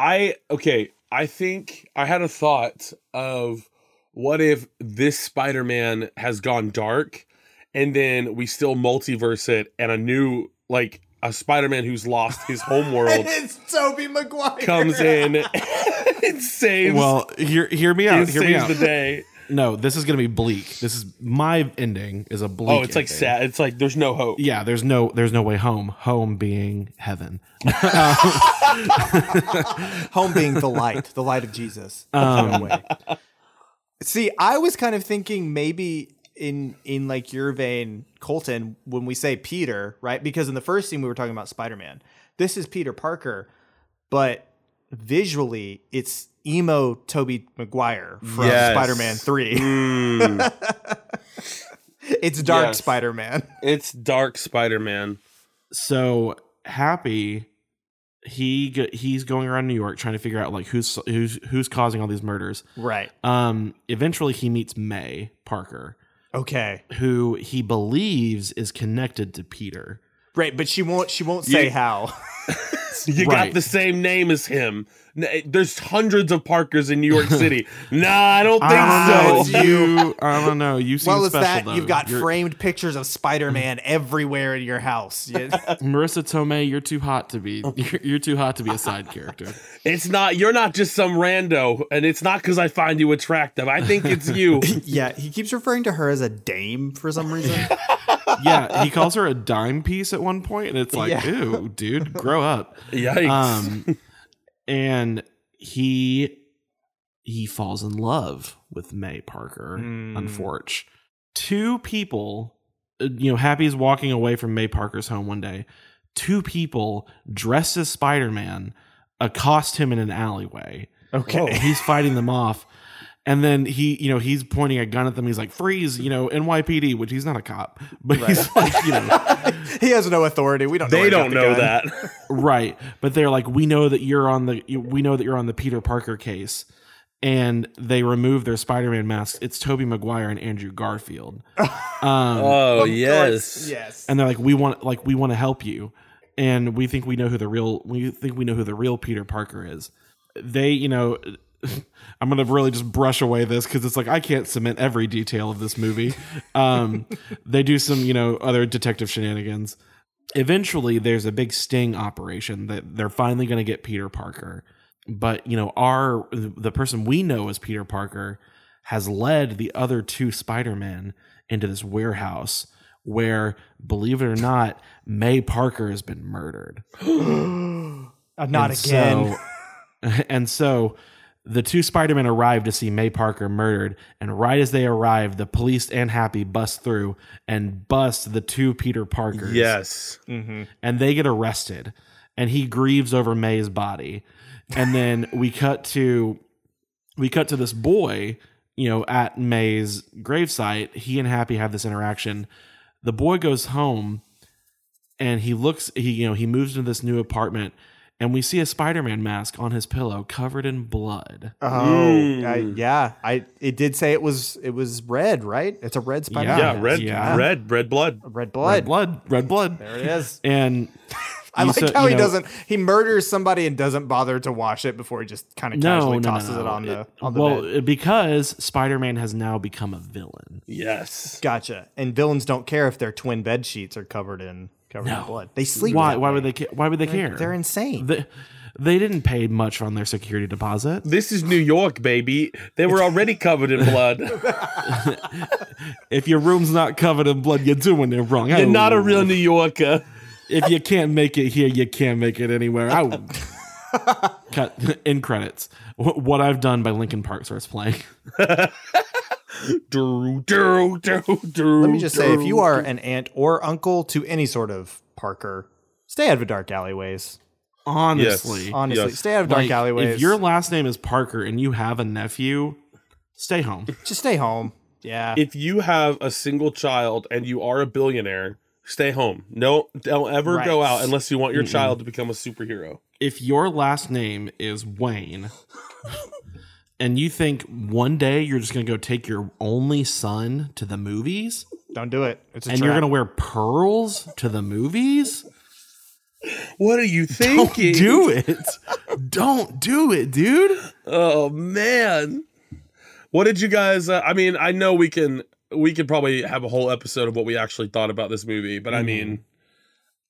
[SPEAKER 3] I okay, I think I had a thought of what if this Spider-Man has gone dark and then we still multiverse it and a new like a Spider-Man who's lost his home world
[SPEAKER 1] It's Toby Maguire.
[SPEAKER 3] comes in and saves
[SPEAKER 2] Well, hear, hear me
[SPEAKER 3] and
[SPEAKER 2] out. Hear me
[SPEAKER 3] saves
[SPEAKER 2] out.
[SPEAKER 3] the day.
[SPEAKER 2] No, this is gonna be bleak. This is my ending is a bleak.
[SPEAKER 3] Oh, it's like
[SPEAKER 2] ending.
[SPEAKER 3] sad. It's like there's no hope.
[SPEAKER 2] Yeah, there's no there's no way home. Home being heaven.
[SPEAKER 1] Home being the light, the light of Jesus.
[SPEAKER 3] Um,
[SPEAKER 1] Yahweh. See, I was kind of thinking maybe in in like your vein, Colton, when we say Peter, right? Because in the first scene we were talking about Spider Man. This is Peter Parker, but visually it's emo Toby Maguire from
[SPEAKER 3] Yes.
[SPEAKER 1] Spider Man Three.
[SPEAKER 3] Mm,
[SPEAKER 1] It's dark
[SPEAKER 3] Yes.
[SPEAKER 1] Spider Man.
[SPEAKER 3] it's dark Spider-Man.
[SPEAKER 2] So happy. He go, he's going around New York trying to figure out like who's who's who's causing all these murders.
[SPEAKER 1] Right.
[SPEAKER 2] Um, eventually he meets May Parker,
[SPEAKER 1] Okay.
[SPEAKER 2] who he believes is connected to Peter.
[SPEAKER 1] Right, but she won't. She won't say
[SPEAKER 3] You-
[SPEAKER 1] how.
[SPEAKER 3] You
[SPEAKER 2] Right.
[SPEAKER 3] got the same name as him. N- eh, There's hundreds of Parkers in New York City. nah, I don't think
[SPEAKER 2] I
[SPEAKER 3] so.
[SPEAKER 2] don't know. You, I don't know. You seem
[SPEAKER 1] well, as
[SPEAKER 2] special
[SPEAKER 1] that,
[SPEAKER 2] though.
[SPEAKER 1] you've got
[SPEAKER 2] You're-
[SPEAKER 1] framed pictures of Spider Man everywhere in your house. You-
[SPEAKER 2] Marissa Tomei, you're too hot to be you're, you're too hot to be a side character.
[SPEAKER 3] It's not. You're not just some rando, and it's not because I find you attractive. I think it's you.
[SPEAKER 1] yeah, he keeps referring to her as a dame for some reason.
[SPEAKER 2] Yeah, he calls her a dime piece at one point, and it's like,
[SPEAKER 1] Yeah.
[SPEAKER 2] ew, dude, grow up.
[SPEAKER 3] Yikes!
[SPEAKER 2] Um, and he he falls in love with May Parker. Unfortunately, two people, uh, you know, Happy's walking away from May Parker's home one day. Two people dressed as Spider Man accost him in an alleyway.
[SPEAKER 1] okay.
[SPEAKER 2] And he's fighting them off. And then he, you know, he's pointing a gun at them. He's like, freeze, you know, NYPD, which he's not a cop, but he's like, you know,
[SPEAKER 1] he has no authority. We don't. know
[SPEAKER 3] they
[SPEAKER 1] where he got
[SPEAKER 3] don't
[SPEAKER 1] the
[SPEAKER 3] know
[SPEAKER 1] gun.
[SPEAKER 3] that.
[SPEAKER 2] right. But they're like, we know that you're on the, you- we know that you're on the Peter Parker case. And they remove their Spider-Man masks. It's Toby Maguire and Andrew Garfield.
[SPEAKER 3] Oh yes.
[SPEAKER 1] Yes.
[SPEAKER 2] And they're like, we want, like, we want to help you. And we think we know who the real, we think we know who the real Peter Parker is. They, you know, I'm gonna really just brush away this because it's like I can't cement every detail of this movie. Um, they do some, you know, other detective shenanigans. Eventually, there's a big sting operation that they're finally gonna get Peter Parker. But you know, our the person we know as Peter Parker has led the other two Spider Men into this warehouse where, believe it or not, May Parker has been murdered.
[SPEAKER 1] Uh, not
[SPEAKER 2] And
[SPEAKER 1] again.
[SPEAKER 2] So, and so the two Spider-Men arrive to see May Parker murdered, and right as they arrive, the police and Happy bust through and bust the two Peter Parkers.
[SPEAKER 3] Yes.
[SPEAKER 2] And they get arrested. And he grieves over May's body. And then we cut to we cut to this boy, you know, at May's gravesite. He and Happy have this interaction. The boy goes home and he looks he you know he moves into this new apartment and we see a spider-man mask on his pillow covered in blood
[SPEAKER 1] Oh,
[SPEAKER 3] Mm.
[SPEAKER 1] I, yeah. I it did say it was it was red, right? It's a red Spider.
[SPEAKER 2] Yeah.
[SPEAKER 3] Ah, Yeah.
[SPEAKER 1] Man.
[SPEAKER 3] Red.
[SPEAKER 2] Yeah.
[SPEAKER 3] Red. Red blood.
[SPEAKER 1] Red blood.
[SPEAKER 2] red blood red blood
[SPEAKER 1] There it is.
[SPEAKER 2] and
[SPEAKER 1] I
[SPEAKER 2] you-
[SPEAKER 1] like
[SPEAKER 2] so,
[SPEAKER 1] how
[SPEAKER 2] you
[SPEAKER 1] he
[SPEAKER 2] know-
[SPEAKER 1] doesn't. He murders somebody and doesn't bother to wash it before he just kind of casually tosses it on the on the
[SPEAKER 2] well
[SPEAKER 1] bed.
[SPEAKER 2] because spider-man has now become a villain
[SPEAKER 3] Yes.
[SPEAKER 1] Gotcha. And villains don't care if their twin bed sheets are covered in covered in blood. They sleep.
[SPEAKER 2] why
[SPEAKER 1] that
[SPEAKER 2] why
[SPEAKER 1] way.
[SPEAKER 2] would they ca- why would they care
[SPEAKER 1] They're insane.
[SPEAKER 2] they, they didn't pay much on their security deposit
[SPEAKER 3] This is New York, baby. They were already covered in blood.
[SPEAKER 2] if your room's not covered in blood you're doing it wrong Oh.
[SPEAKER 3] You're not a real New Yorker.
[SPEAKER 2] if you can't make it here, you can't make it anywhere. I would- cut in credits. Wh- What I've done by Linkin Park starts playing.
[SPEAKER 3] Doo, doo, doo, doo,
[SPEAKER 1] Let me just say, if you
[SPEAKER 3] doo.
[SPEAKER 1] are an aunt or uncle to any sort of Parker, stay out of dark alleyways.
[SPEAKER 2] Honestly,
[SPEAKER 1] Honestly,
[SPEAKER 3] Yes.
[SPEAKER 1] stay out of dark
[SPEAKER 2] Like,
[SPEAKER 1] alleyways.
[SPEAKER 2] If your last name is Parker and you have a nephew, stay home.
[SPEAKER 1] just stay home. Yeah,
[SPEAKER 3] if you have a single child and you are a billionaire, stay home. No, don't ever go
[SPEAKER 1] Right.
[SPEAKER 3] out unless you want your child to become a superhero.
[SPEAKER 2] if your last name is Wayne and you think one day you're just going to go take your only son to the movies
[SPEAKER 1] don't do it. It's a
[SPEAKER 2] and
[SPEAKER 1] trap.
[SPEAKER 2] you're going to wear pearls to the movies,
[SPEAKER 3] What are you thinking?
[SPEAKER 2] do it. Don't do it, dude.
[SPEAKER 3] Oh man, what did you guys? Uh, I mean, I know we can we could probably have a whole episode of what we actually thought about this movie, but I mean,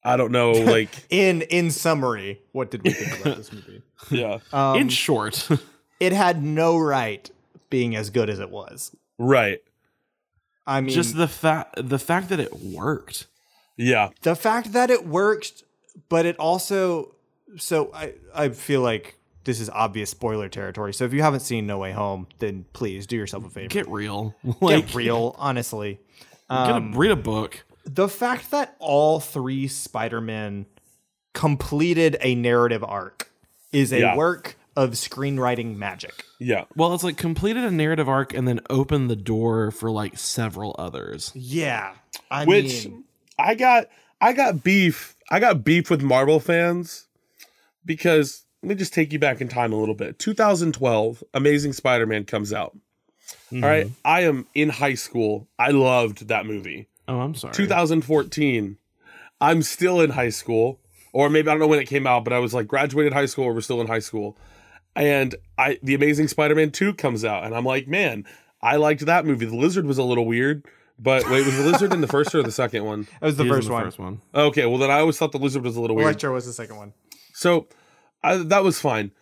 [SPEAKER 3] I don't know. Like,
[SPEAKER 1] in in summary, what did we think about this movie?
[SPEAKER 3] yeah,
[SPEAKER 1] Um,
[SPEAKER 2] In short,
[SPEAKER 1] it had no right being as good as it was.
[SPEAKER 3] right,
[SPEAKER 1] I mean,
[SPEAKER 2] just the fact the fact that it worked.
[SPEAKER 3] yeah,
[SPEAKER 1] the fact that it worked, but it also so I I feel like this is obvious spoiler territory. So if you haven't seen No Way Home, then please do yourself a favor.
[SPEAKER 2] Get real.
[SPEAKER 1] Get
[SPEAKER 2] Like
[SPEAKER 1] real, honestly.
[SPEAKER 2] get a-
[SPEAKER 1] Um,
[SPEAKER 2] read a book.
[SPEAKER 1] the fact that all three Spider-Men completed a narrative arc is a
[SPEAKER 3] Yeah.
[SPEAKER 1] work of screenwriting magic.
[SPEAKER 3] yeah,
[SPEAKER 2] Well, it's like completed a narrative arc and then opened the door for like several others.
[SPEAKER 1] Yeah. I
[SPEAKER 3] which
[SPEAKER 1] mean,
[SPEAKER 3] I got I got beef I got beef with Marvel fans because let me just take you back in time a little bit. 2012, Amazing Spider-Man comes out. All right,
[SPEAKER 1] Mm-hmm.
[SPEAKER 3] I am in high school. I loved that movie.
[SPEAKER 2] Oh, I'm sorry.
[SPEAKER 3] 2014, I'm still in high school, or maybe I don't know when it came out, but I was like graduated high school or we're still in high school. And I, The Amazing Spider-Man 2 comes out, and I'm like, man, I liked that movie. The lizard was a little weird, but wait, was the lizard in the first or the second one?
[SPEAKER 1] that was the
[SPEAKER 2] He was
[SPEAKER 1] first
[SPEAKER 2] in
[SPEAKER 1] one.
[SPEAKER 2] First one.
[SPEAKER 3] Okay, well then I always thought the lizard was a little weird.
[SPEAKER 1] Electro was the second one.
[SPEAKER 3] So I, that was fine.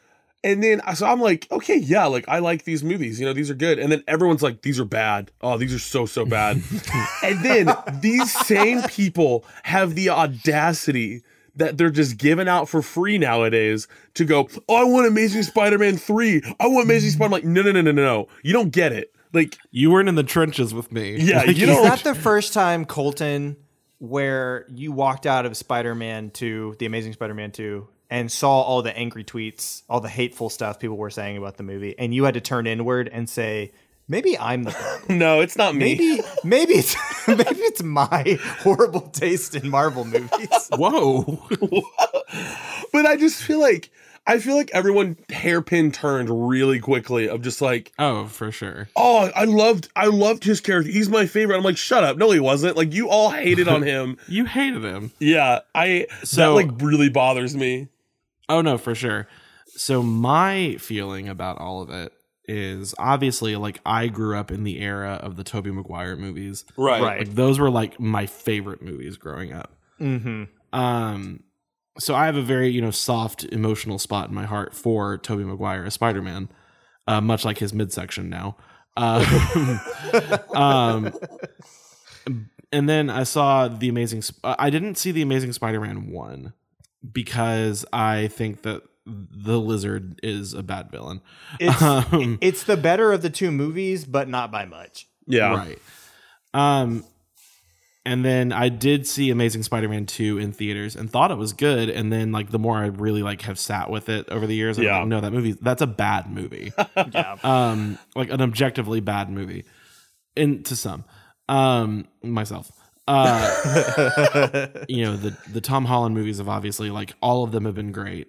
[SPEAKER 3] And then so I'm like, okay, yeah, like I like these movies. You know, these are good. And then everyone's like, these are bad. Oh, these are so so bad. and then these same people have the audacity that they're just giving out for free nowadays to go, oh, I want Amazing Spider-Man three. I want Amazing Spider. I'm like, no, no, no, no, no, no. You don't get it. Like,
[SPEAKER 2] You weren't in the trenches with me.
[SPEAKER 3] yeah,
[SPEAKER 2] Like,
[SPEAKER 3] you
[SPEAKER 1] Is
[SPEAKER 3] don't.
[SPEAKER 1] that the first time, Colton, where you walked out of Spider Man 2, The Amazing Spider Man 2, and saw all the angry tweets, all the hateful stuff people were saying about the movie, and you had to turn inward and say, maybe I'm the problem.
[SPEAKER 3] no, it's not me.
[SPEAKER 1] Maybe, maybe it's maybe it's my horrible taste in Marvel movies.
[SPEAKER 2] Whoa.
[SPEAKER 3] But I just feel like I feel like everyone hairpin turned really quickly of just like,
[SPEAKER 2] oh, for sure.
[SPEAKER 3] oh, I loved I loved his character. He's my favorite. I'm like, shut up. No, he wasn't. Like you all hated on him.
[SPEAKER 2] You hated him.
[SPEAKER 3] yeah. I that
[SPEAKER 2] So-
[SPEAKER 3] like really bothers me.
[SPEAKER 2] Oh no, for sure. So my feeling about all of it is obviously like I grew up in the era of the Toby Maguire movies.
[SPEAKER 3] Right.
[SPEAKER 1] Right.
[SPEAKER 2] Like those were like my favorite movies growing up.
[SPEAKER 1] Mm-hmm.
[SPEAKER 2] Um, so I have a very you know soft emotional spot in my heart for Toby Maguire as Spider Man, uh, much like his midsection now. Um, um, and then I saw the Amazing. Sp- uh, I didn't see the Amazing Spider Man one because I think that the Lizard is a bad villain.
[SPEAKER 1] It's
[SPEAKER 2] Um,
[SPEAKER 1] it's the better of the two movies, but not by much.
[SPEAKER 3] Yeah.
[SPEAKER 2] Right. Um and then I did see Amazing Spider-Man 2 in theaters and thought it was good and then like the more I really like have sat with it over the years I'm
[SPEAKER 3] Yeah.
[SPEAKER 2] like no that movie that's a bad movie.
[SPEAKER 1] Yeah.
[SPEAKER 2] um like an objectively bad movie. And to some um myself uh you know the the Tom Holland movies have obviously like all of them have been great.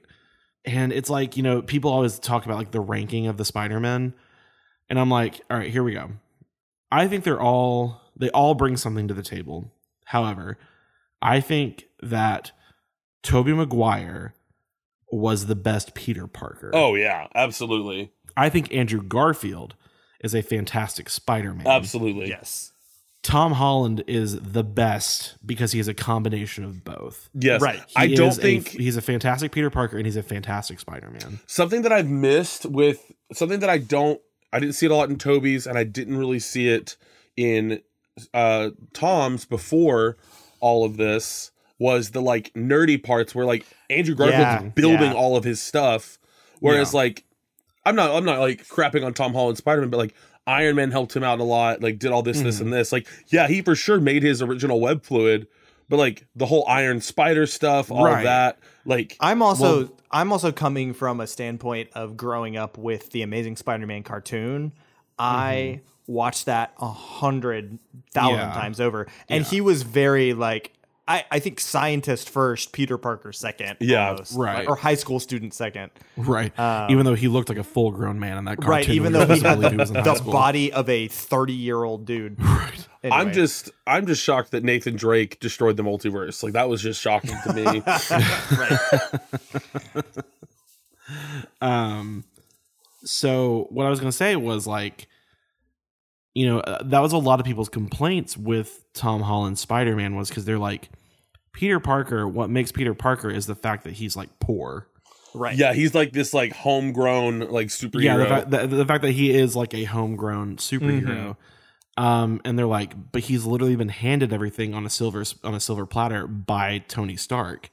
[SPEAKER 2] And it's like, you know, people always talk about like the ranking of the Spider-Man and I'm like, all right, here we go. I think they're all they all bring something to the table. However, I think that Toby Maguire was the best Peter Parker.
[SPEAKER 3] Oh yeah. Absolutely.
[SPEAKER 2] I think Andrew Garfield is a fantastic Spider-Man.
[SPEAKER 3] Absolutely.
[SPEAKER 1] yes.
[SPEAKER 2] Tom Holland is the best because he is a combination of both.
[SPEAKER 3] Yes.
[SPEAKER 1] Right.
[SPEAKER 2] He
[SPEAKER 3] I don't
[SPEAKER 2] is a-
[SPEAKER 3] think
[SPEAKER 2] he's a fantastic Peter Parker and he's a fantastic Spider-Man.
[SPEAKER 3] something that I've missed with something that I don't I didn't see it a lot in Toby's and I didn't really see it in uh Tom's before all of this was the like nerdy parts where like Andrew Garfield's
[SPEAKER 1] Yeah,
[SPEAKER 3] building
[SPEAKER 1] yeah.
[SPEAKER 3] all of his stuff whereas like I'm not I'm not like crapping on Tom Holland Spider-Man but like Iron Man helped him out a lot, like did all this, this,
[SPEAKER 1] Mm-hmm.
[SPEAKER 3] and this. Like, yeah, he for sure made his original web fluid, but like the whole Iron Spider stuff, all
[SPEAKER 2] Right.
[SPEAKER 3] of that, like
[SPEAKER 1] I'm also I'm also coming from a standpoint of growing up with the Amazing Spider-Man cartoon. I watched that a hundred thousand
[SPEAKER 2] Mm-hmm. Yeah.
[SPEAKER 1] times over, and he was very like I, I think scientist first, Peter Parker second,
[SPEAKER 3] Yeah,
[SPEAKER 1] almost,
[SPEAKER 2] right.
[SPEAKER 1] or high school student second, Um,
[SPEAKER 2] Right. even though he looked like a full grown man in that cartoon.
[SPEAKER 1] right? Even
[SPEAKER 2] we
[SPEAKER 1] though
[SPEAKER 2] were
[SPEAKER 1] he
[SPEAKER 2] supposed to
[SPEAKER 1] had
[SPEAKER 2] believe he was in high
[SPEAKER 1] the
[SPEAKER 2] school.
[SPEAKER 1] body of a thirty-year-old dude. Right.
[SPEAKER 3] I'm just I'm just shocked that Nathan Drake destroyed the multiverse. Like that was just shocking to me.
[SPEAKER 2] um so what i was going to say was like you know uh, that was a lot of people's complaints with tom holland spider-man was because they're like peter parker what makes peter parker is the fact that he's like poor
[SPEAKER 1] right.
[SPEAKER 3] yeah, he's like this like homegrown like superhero.
[SPEAKER 2] yeah the fact, the, the fact that he is like a homegrown superhero
[SPEAKER 1] Mm-hmm.
[SPEAKER 2] um and they're like but he's literally been handed everything on a silver s- on a silver platter by tony stark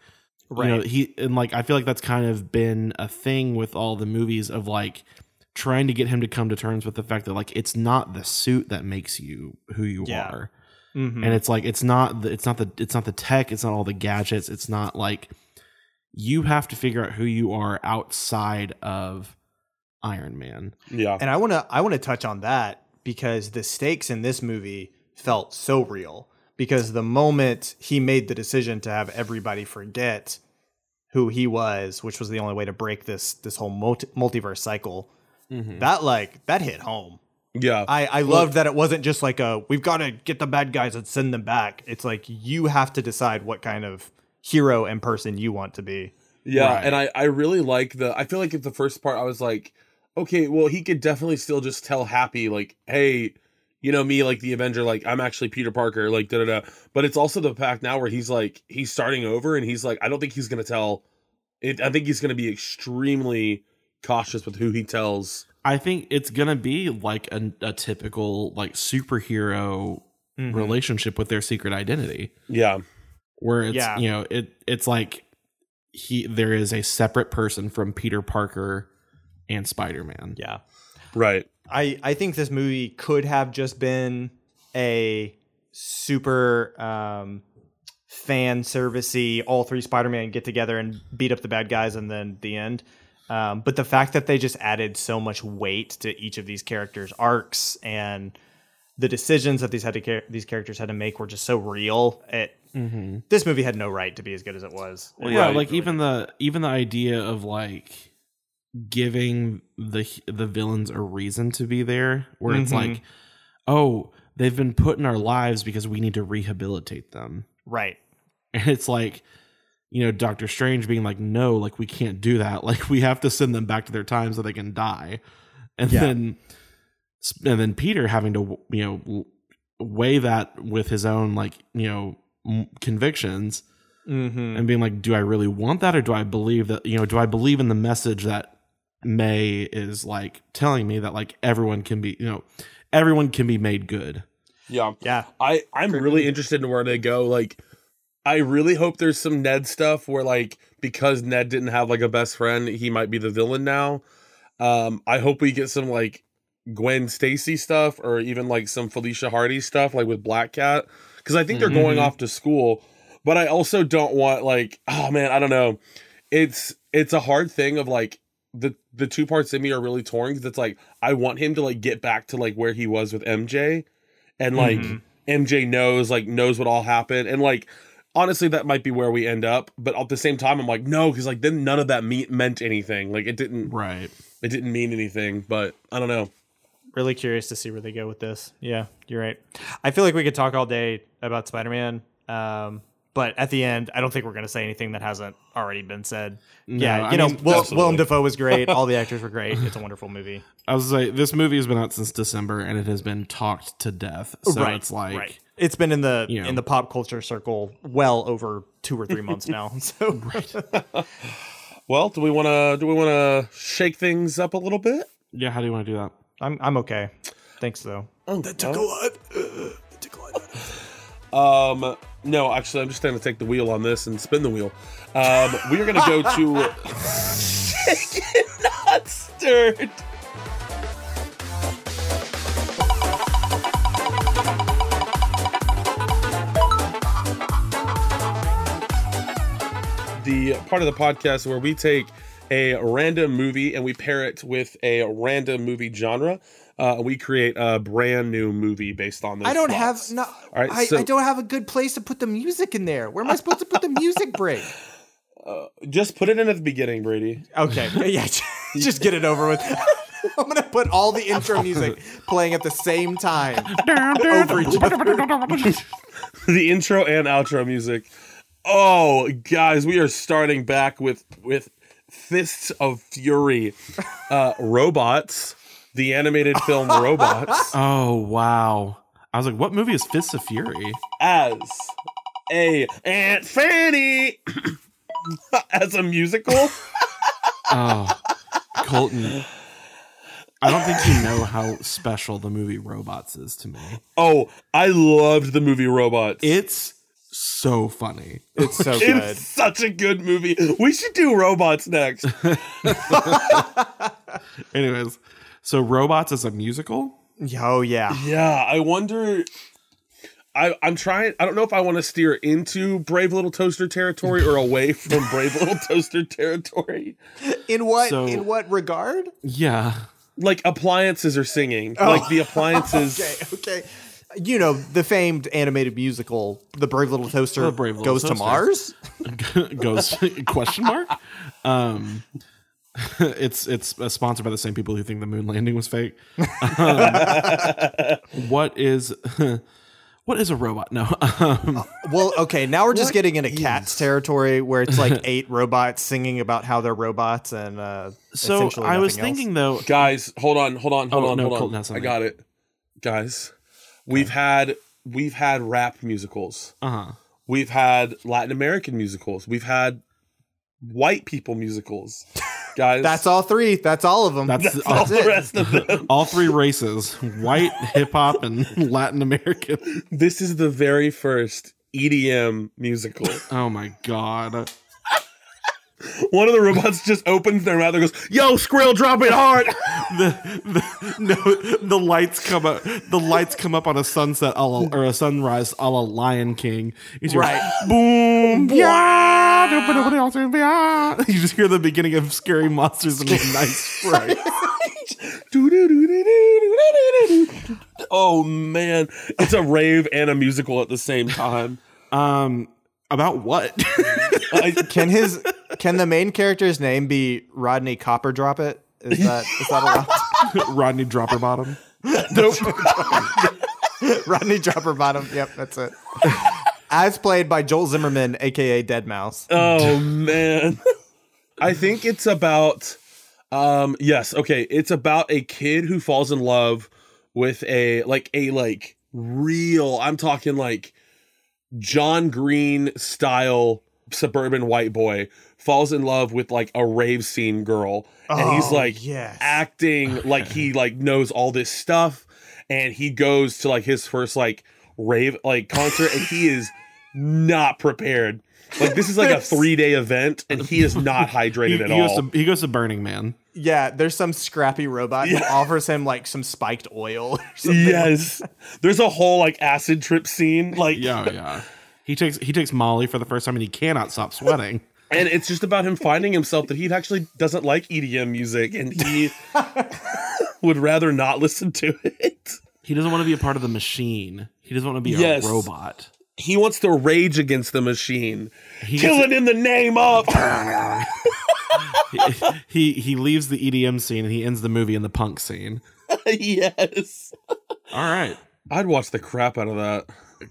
[SPEAKER 1] right.
[SPEAKER 2] you know he and like i feel like that's kind of been a thing with all the movies of like trying to get him to come to terms with the fact that like it's not the suit that makes you who you
[SPEAKER 1] Yeah.
[SPEAKER 2] are
[SPEAKER 1] Mhm.
[SPEAKER 2] and it's like it's not the it's not the it's not the tech it's not all the gadgets it's not like you have to figure out who you are outside of iron man
[SPEAKER 3] yeah.
[SPEAKER 1] And I want to I want to touch on that because the stakes in this movie felt so real because the moment he made the decision to have everybody forget who he was, which was the only way to break this this whole multi- multiverse cycle, that like that hit home.
[SPEAKER 3] yeah.
[SPEAKER 1] I I loved that it wasn't just like a we've got to get the bad guys and send them back. It's like you have to decide what kind of hero and person you want to be.
[SPEAKER 3] Yeah,
[SPEAKER 2] Right.
[SPEAKER 3] and I I really like the I feel like at the first part I was like, okay, well he could definitely still just tell Happy like, hey, you know me like the Avenger like I'm actually Peter Parker like da da da. But it's also the fact now where he's like he's starting over and he's like I don't think he's gonna tell. It, I think he's gonna be extremely cautious with who he tells.
[SPEAKER 2] i think it's gonna be like a, a typical like superhero Mm-hmm.
[SPEAKER 1] Mm-hmm.
[SPEAKER 2] relationship with their secret identity
[SPEAKER 3] Yeah,
[SPEAKER 2] where it's
[SPEAKER 1] Yeah.
[SPEAKER 2] you know it it's like he there is a separate person from Peter Parker and Spider Man.
[SPEAKER 1] Yeah.
[SPEAKER 3] right.
[SPEAKER 1] I I think this movie could have just been a super um fan servicey all three Spider-Man get together and beat up the bad guys and then the end. Um, but the fact that they just added so much weight to each of these characters' arcs and the decisions that these had to char- these characters had to make were just so real. It this movie had no right to be as good as it was.
[SPEAKER 2] Well, yeah,
[SPEAKER 3] Right.
[SPEAKER 2] like even the even the idea of like giving the h- the villains a reason to be there, where it's like, oh, they've been put in our lives because we need to rehabilitate them,
[SPEAKER 1] Right.
[SPEAKER 2] and it's like. You know, Doctor Strange being like, no, like we can't do that. Like we have to send them back to their time so they can die. and then and then Peter having to you know w- weigh that with his own like you know m- convictions
[SPEAKER 1] Mm-hmm.
[SPEAKER 2] and being like do I really want that or do I believe that you know do I believe in the message that May is like telling me that like everyone can be you know everyone can be made good
[SPEAKER 3] Yeah,
[SPEAKER 1] Yeah.
[SPEAKER 3] I I'm really interested in where they go. Like, I really hope there's some Ned stuff where like because Ned didn't have like a best friend, he might be the villain now. Um, I hope we get some like Gwen Stacy stuff or even like some Felicia Hardy stuff like with Black Cat because I think they're going off to school. But I also don't want like oh man I don't know. It's it's a hard thing of like the the two parts in me are really torn because it's like I want him to like get back to like where he was with MJ, and like MJ knows like knows what all happened, and like honestly that might be where we end up. But at the same time, I'm like no because like then none of that me- meant anything. Like it didn't
[SPEAKER 2] right
[SPEAKER 3] it didn't mean anything. But I don't know.
[SPEAKER 1] really curious to see where they go with this. Yeah, you're right. I feel like we could talk all day about Spider Man. Um, but at the end, I don't think we're going to say anything that hasn't already been said. yeah, you
[SPEAKER 2] I
[SPEAKER 1] know,
[SPEAKER 2] mean,
[SPEAKER 1] Will,
[SPEAKER 2] absolutely.
[SPEAKER 1] Willem Dafoe was great. All the actors were great. It's a wonderful movie.
[SPEAKER 2] I was like this movie has been out since December and it has been talked to death so
[SPEAKER 1] right,
[SPEAKER 2] it's like
[SPEAKER 1] right. It's been in the
[SPEAKER 2] you know.
[SPEAKER 1] in the pop culture circle well over two or three months now. So
[SPEAKER 3] Well, do we want to do we want to shake things up a little bit?
[SPEAKER 2] yeah how do you want to do that
[SPEAKER 1] I'm I'm okay. Thanks though.
[SPEAKER 3] Um, no, actually, I'm just going to take the wheel on this and spin the wheel. Um, we are going to go to Shaken Not Stirred. the part of the podcast where we take a random movie and we pair it with a random movie genre. Uh, we create a brand new movie based on this.
[SPEAKER 1] I don't
[SPEAKER 3] plots.
[SPEAKER 1] have no.
[SPEAKER 3] All right,
[SPEAKER 1] I,
[SPEAKER 3] so-
[SPEAKER 1] I don't have a good place to put the music in there. Where am I supposed to put the music break?
[SPEAKER 3] Just put it in at the beginning, Brady.
[SPEAKER 1] Okay, yeah, just get it over with. I'm gonna put all the intro music playing at the same time over each other.
[SPEAKER 3] the intro and outro music. Oh, guys, we are starting back with with fists of fury. Uh, robots, the animated film Robots,
[SPEAKER 2] Oh wow! I was like, what movie is Fists of Fury?
[SPEAKER 3] as a Aunt Fanny as a musical.
[SPEAKER 2] Oh, Colton. I don't think you know how special the movie Robots is to me.
[SPEAKER 3] Oh, I loved the movie Robots.
[SPEAKER 2] It's so funny.
[SPEAKER 1] It's so good.
[SPEAKER 3] it's such a good movie. We should do Robots next.
[SPEAKER 2] Anyways, so Robots is a musical.
[SPEAKER 1] Oh yeah.
[SPEAKER 3] Yeah, I wonder. I, I'm trying. I don't know if I want to steer into Brave Little Toaster territory or away from Brave Little Toaster territory.
[SPEAKER 1] In what
[SPEAKER 2] So-
[SPEAKER 1] in what regard?
[SPEAKER 2] Yeah.
[SPEAKER 3] Like appliances are singing. Like the appliances.
[SPEAKER 1] Okay, okay. You know the famed animated musical, The Brave Little Toaster
[SPEAKER 2] The Brave Little
[SPEAKER 1] goes
[SPEAKER 2] Toaster.
[SPEAKER 1] to Mars.
[SPEAKER 2] goes question mark um it's it's uh, sponsored by the same people who think the moon landing was fake um, what is what is a robot no um,
[SPEAKER 1] Well, okay, now we're just getting into cats territory where it's like eight robots singing about how they're robots and uh
[SPEAKER 2] so
[SPEAKER 1] essentially
[SPEAKER 2] i was
[SPEAKER 1] nothing else.
[SPEAKER 2] thinking though
[SPEAKER 3] Guys, hold on, hold on, hold
[SPEAKER 2] Oh,
[SPEAKER 3] on,
[SPEAKER 2] no,
[SPEAKER 3] hold
[SPEAKER 2] Colton
[SPEAKER 3] on.
[SPEAKER 2] has
[SPEAKER 3] I
[SPEAKER 2] something.
[SPEAKER 3] got it, guys. We've had we've had rap musicals.
[SPEAKER 2] uh-huh
[SPEAKER 3] We've had Latin American musicals. We've had white people musicals. Guys,
[SPEAKER 1] that's all three. That's all of them.
[SPEAKER 2] that's,
[SPEAKER 3] all
[SPEAKER 2] all,
[SPEAKER 3] the rest of them.
[SPEAKER 2] all three races white hip-hop and latin american
[SPEAKER 3] This is the very first EDM musical.
[SPEAKER 2] oh my god
[SPEAKER 3] One of the robots just opens their mouth and goes, "Yo, Skrill, drop it hard."
[SPEAKER 2] no the lights come up the lights come up on a sunset a la, or a sunrise a la lion king you just hear,
[SPEAKER 1] Right.
[SPEAKER 2] boom yeah, don't put nobody else in, yeah. you just hear the beginning of scary monsters and midnight sprite
[SPEAKER 3] oh man, it's a rave and a musical at the same time.
[SPEAKER 2] um about what
[SPEAKER 1] Can his can the main character's name be Rodney Copper Drop it? Is that is that allowed?
[SPEAKER 2] rodney dropperbottom
[SPEAKER 3] Nope.
[SPEAKER 1] Rodney Dropper Bottom. Yep, that's it. As played by Joel Zimmerman, aka Dead Mouse.
[SPEAKER 3] Oh man. I think it's about um yes, okay, it's about a kid who falls in love with a like a like real I'm talking like John Green style suburban white boy falls in love with like a rave scene girl and he's
[SPEAKER 1] Oh,
[SPEAKER 3] like
[SPEAKER 1] yes.
[SPEAKER 3] acting like he like knows all this stuff and he goes to like his first like rave like concert and he is not prepared like this is like a three day event and he is not hydrated
[SPEAKER 2] he,
[SPEAKER 3] at
[SPEAKER 2] he goes
[SPEAKER 3] all
[SPEAKER 2] to, he goes to burning man
[SPEAKER 1] Yeah, there's some scrappy robot who offers him like some spiked oil or something.
[SPEAKER 3] yes there's a whole like acid trip scene like
[SPEAKER 2] yeah yeah he takes he takes molly for the first time and he cannot stop sweating
[SPEAKER 3] and it's just about him finding himself that he actually doesn't like edm music and he would rather not listen to it
[SPEAKER 2] he doesn't want to be a part of the machine he doesn't want to be
[SPEAKER 3] Yes.
[SPEAKER 2] a robot
[SPEAKER 3] he wants to rage against the machine
[SPEAKER 2] he
[SPEAKER 3] kill
[SPEAKER 2] gets-
[SPEAKER 3] it in the name of
[SPEAKER 2] he he leaves the EDM scene and he ends the movie in the punk scene.
[SPEAKER 3] yes
[SPEAKER 2] All right,
[SPEAKER 3] i'd watch the crap out of that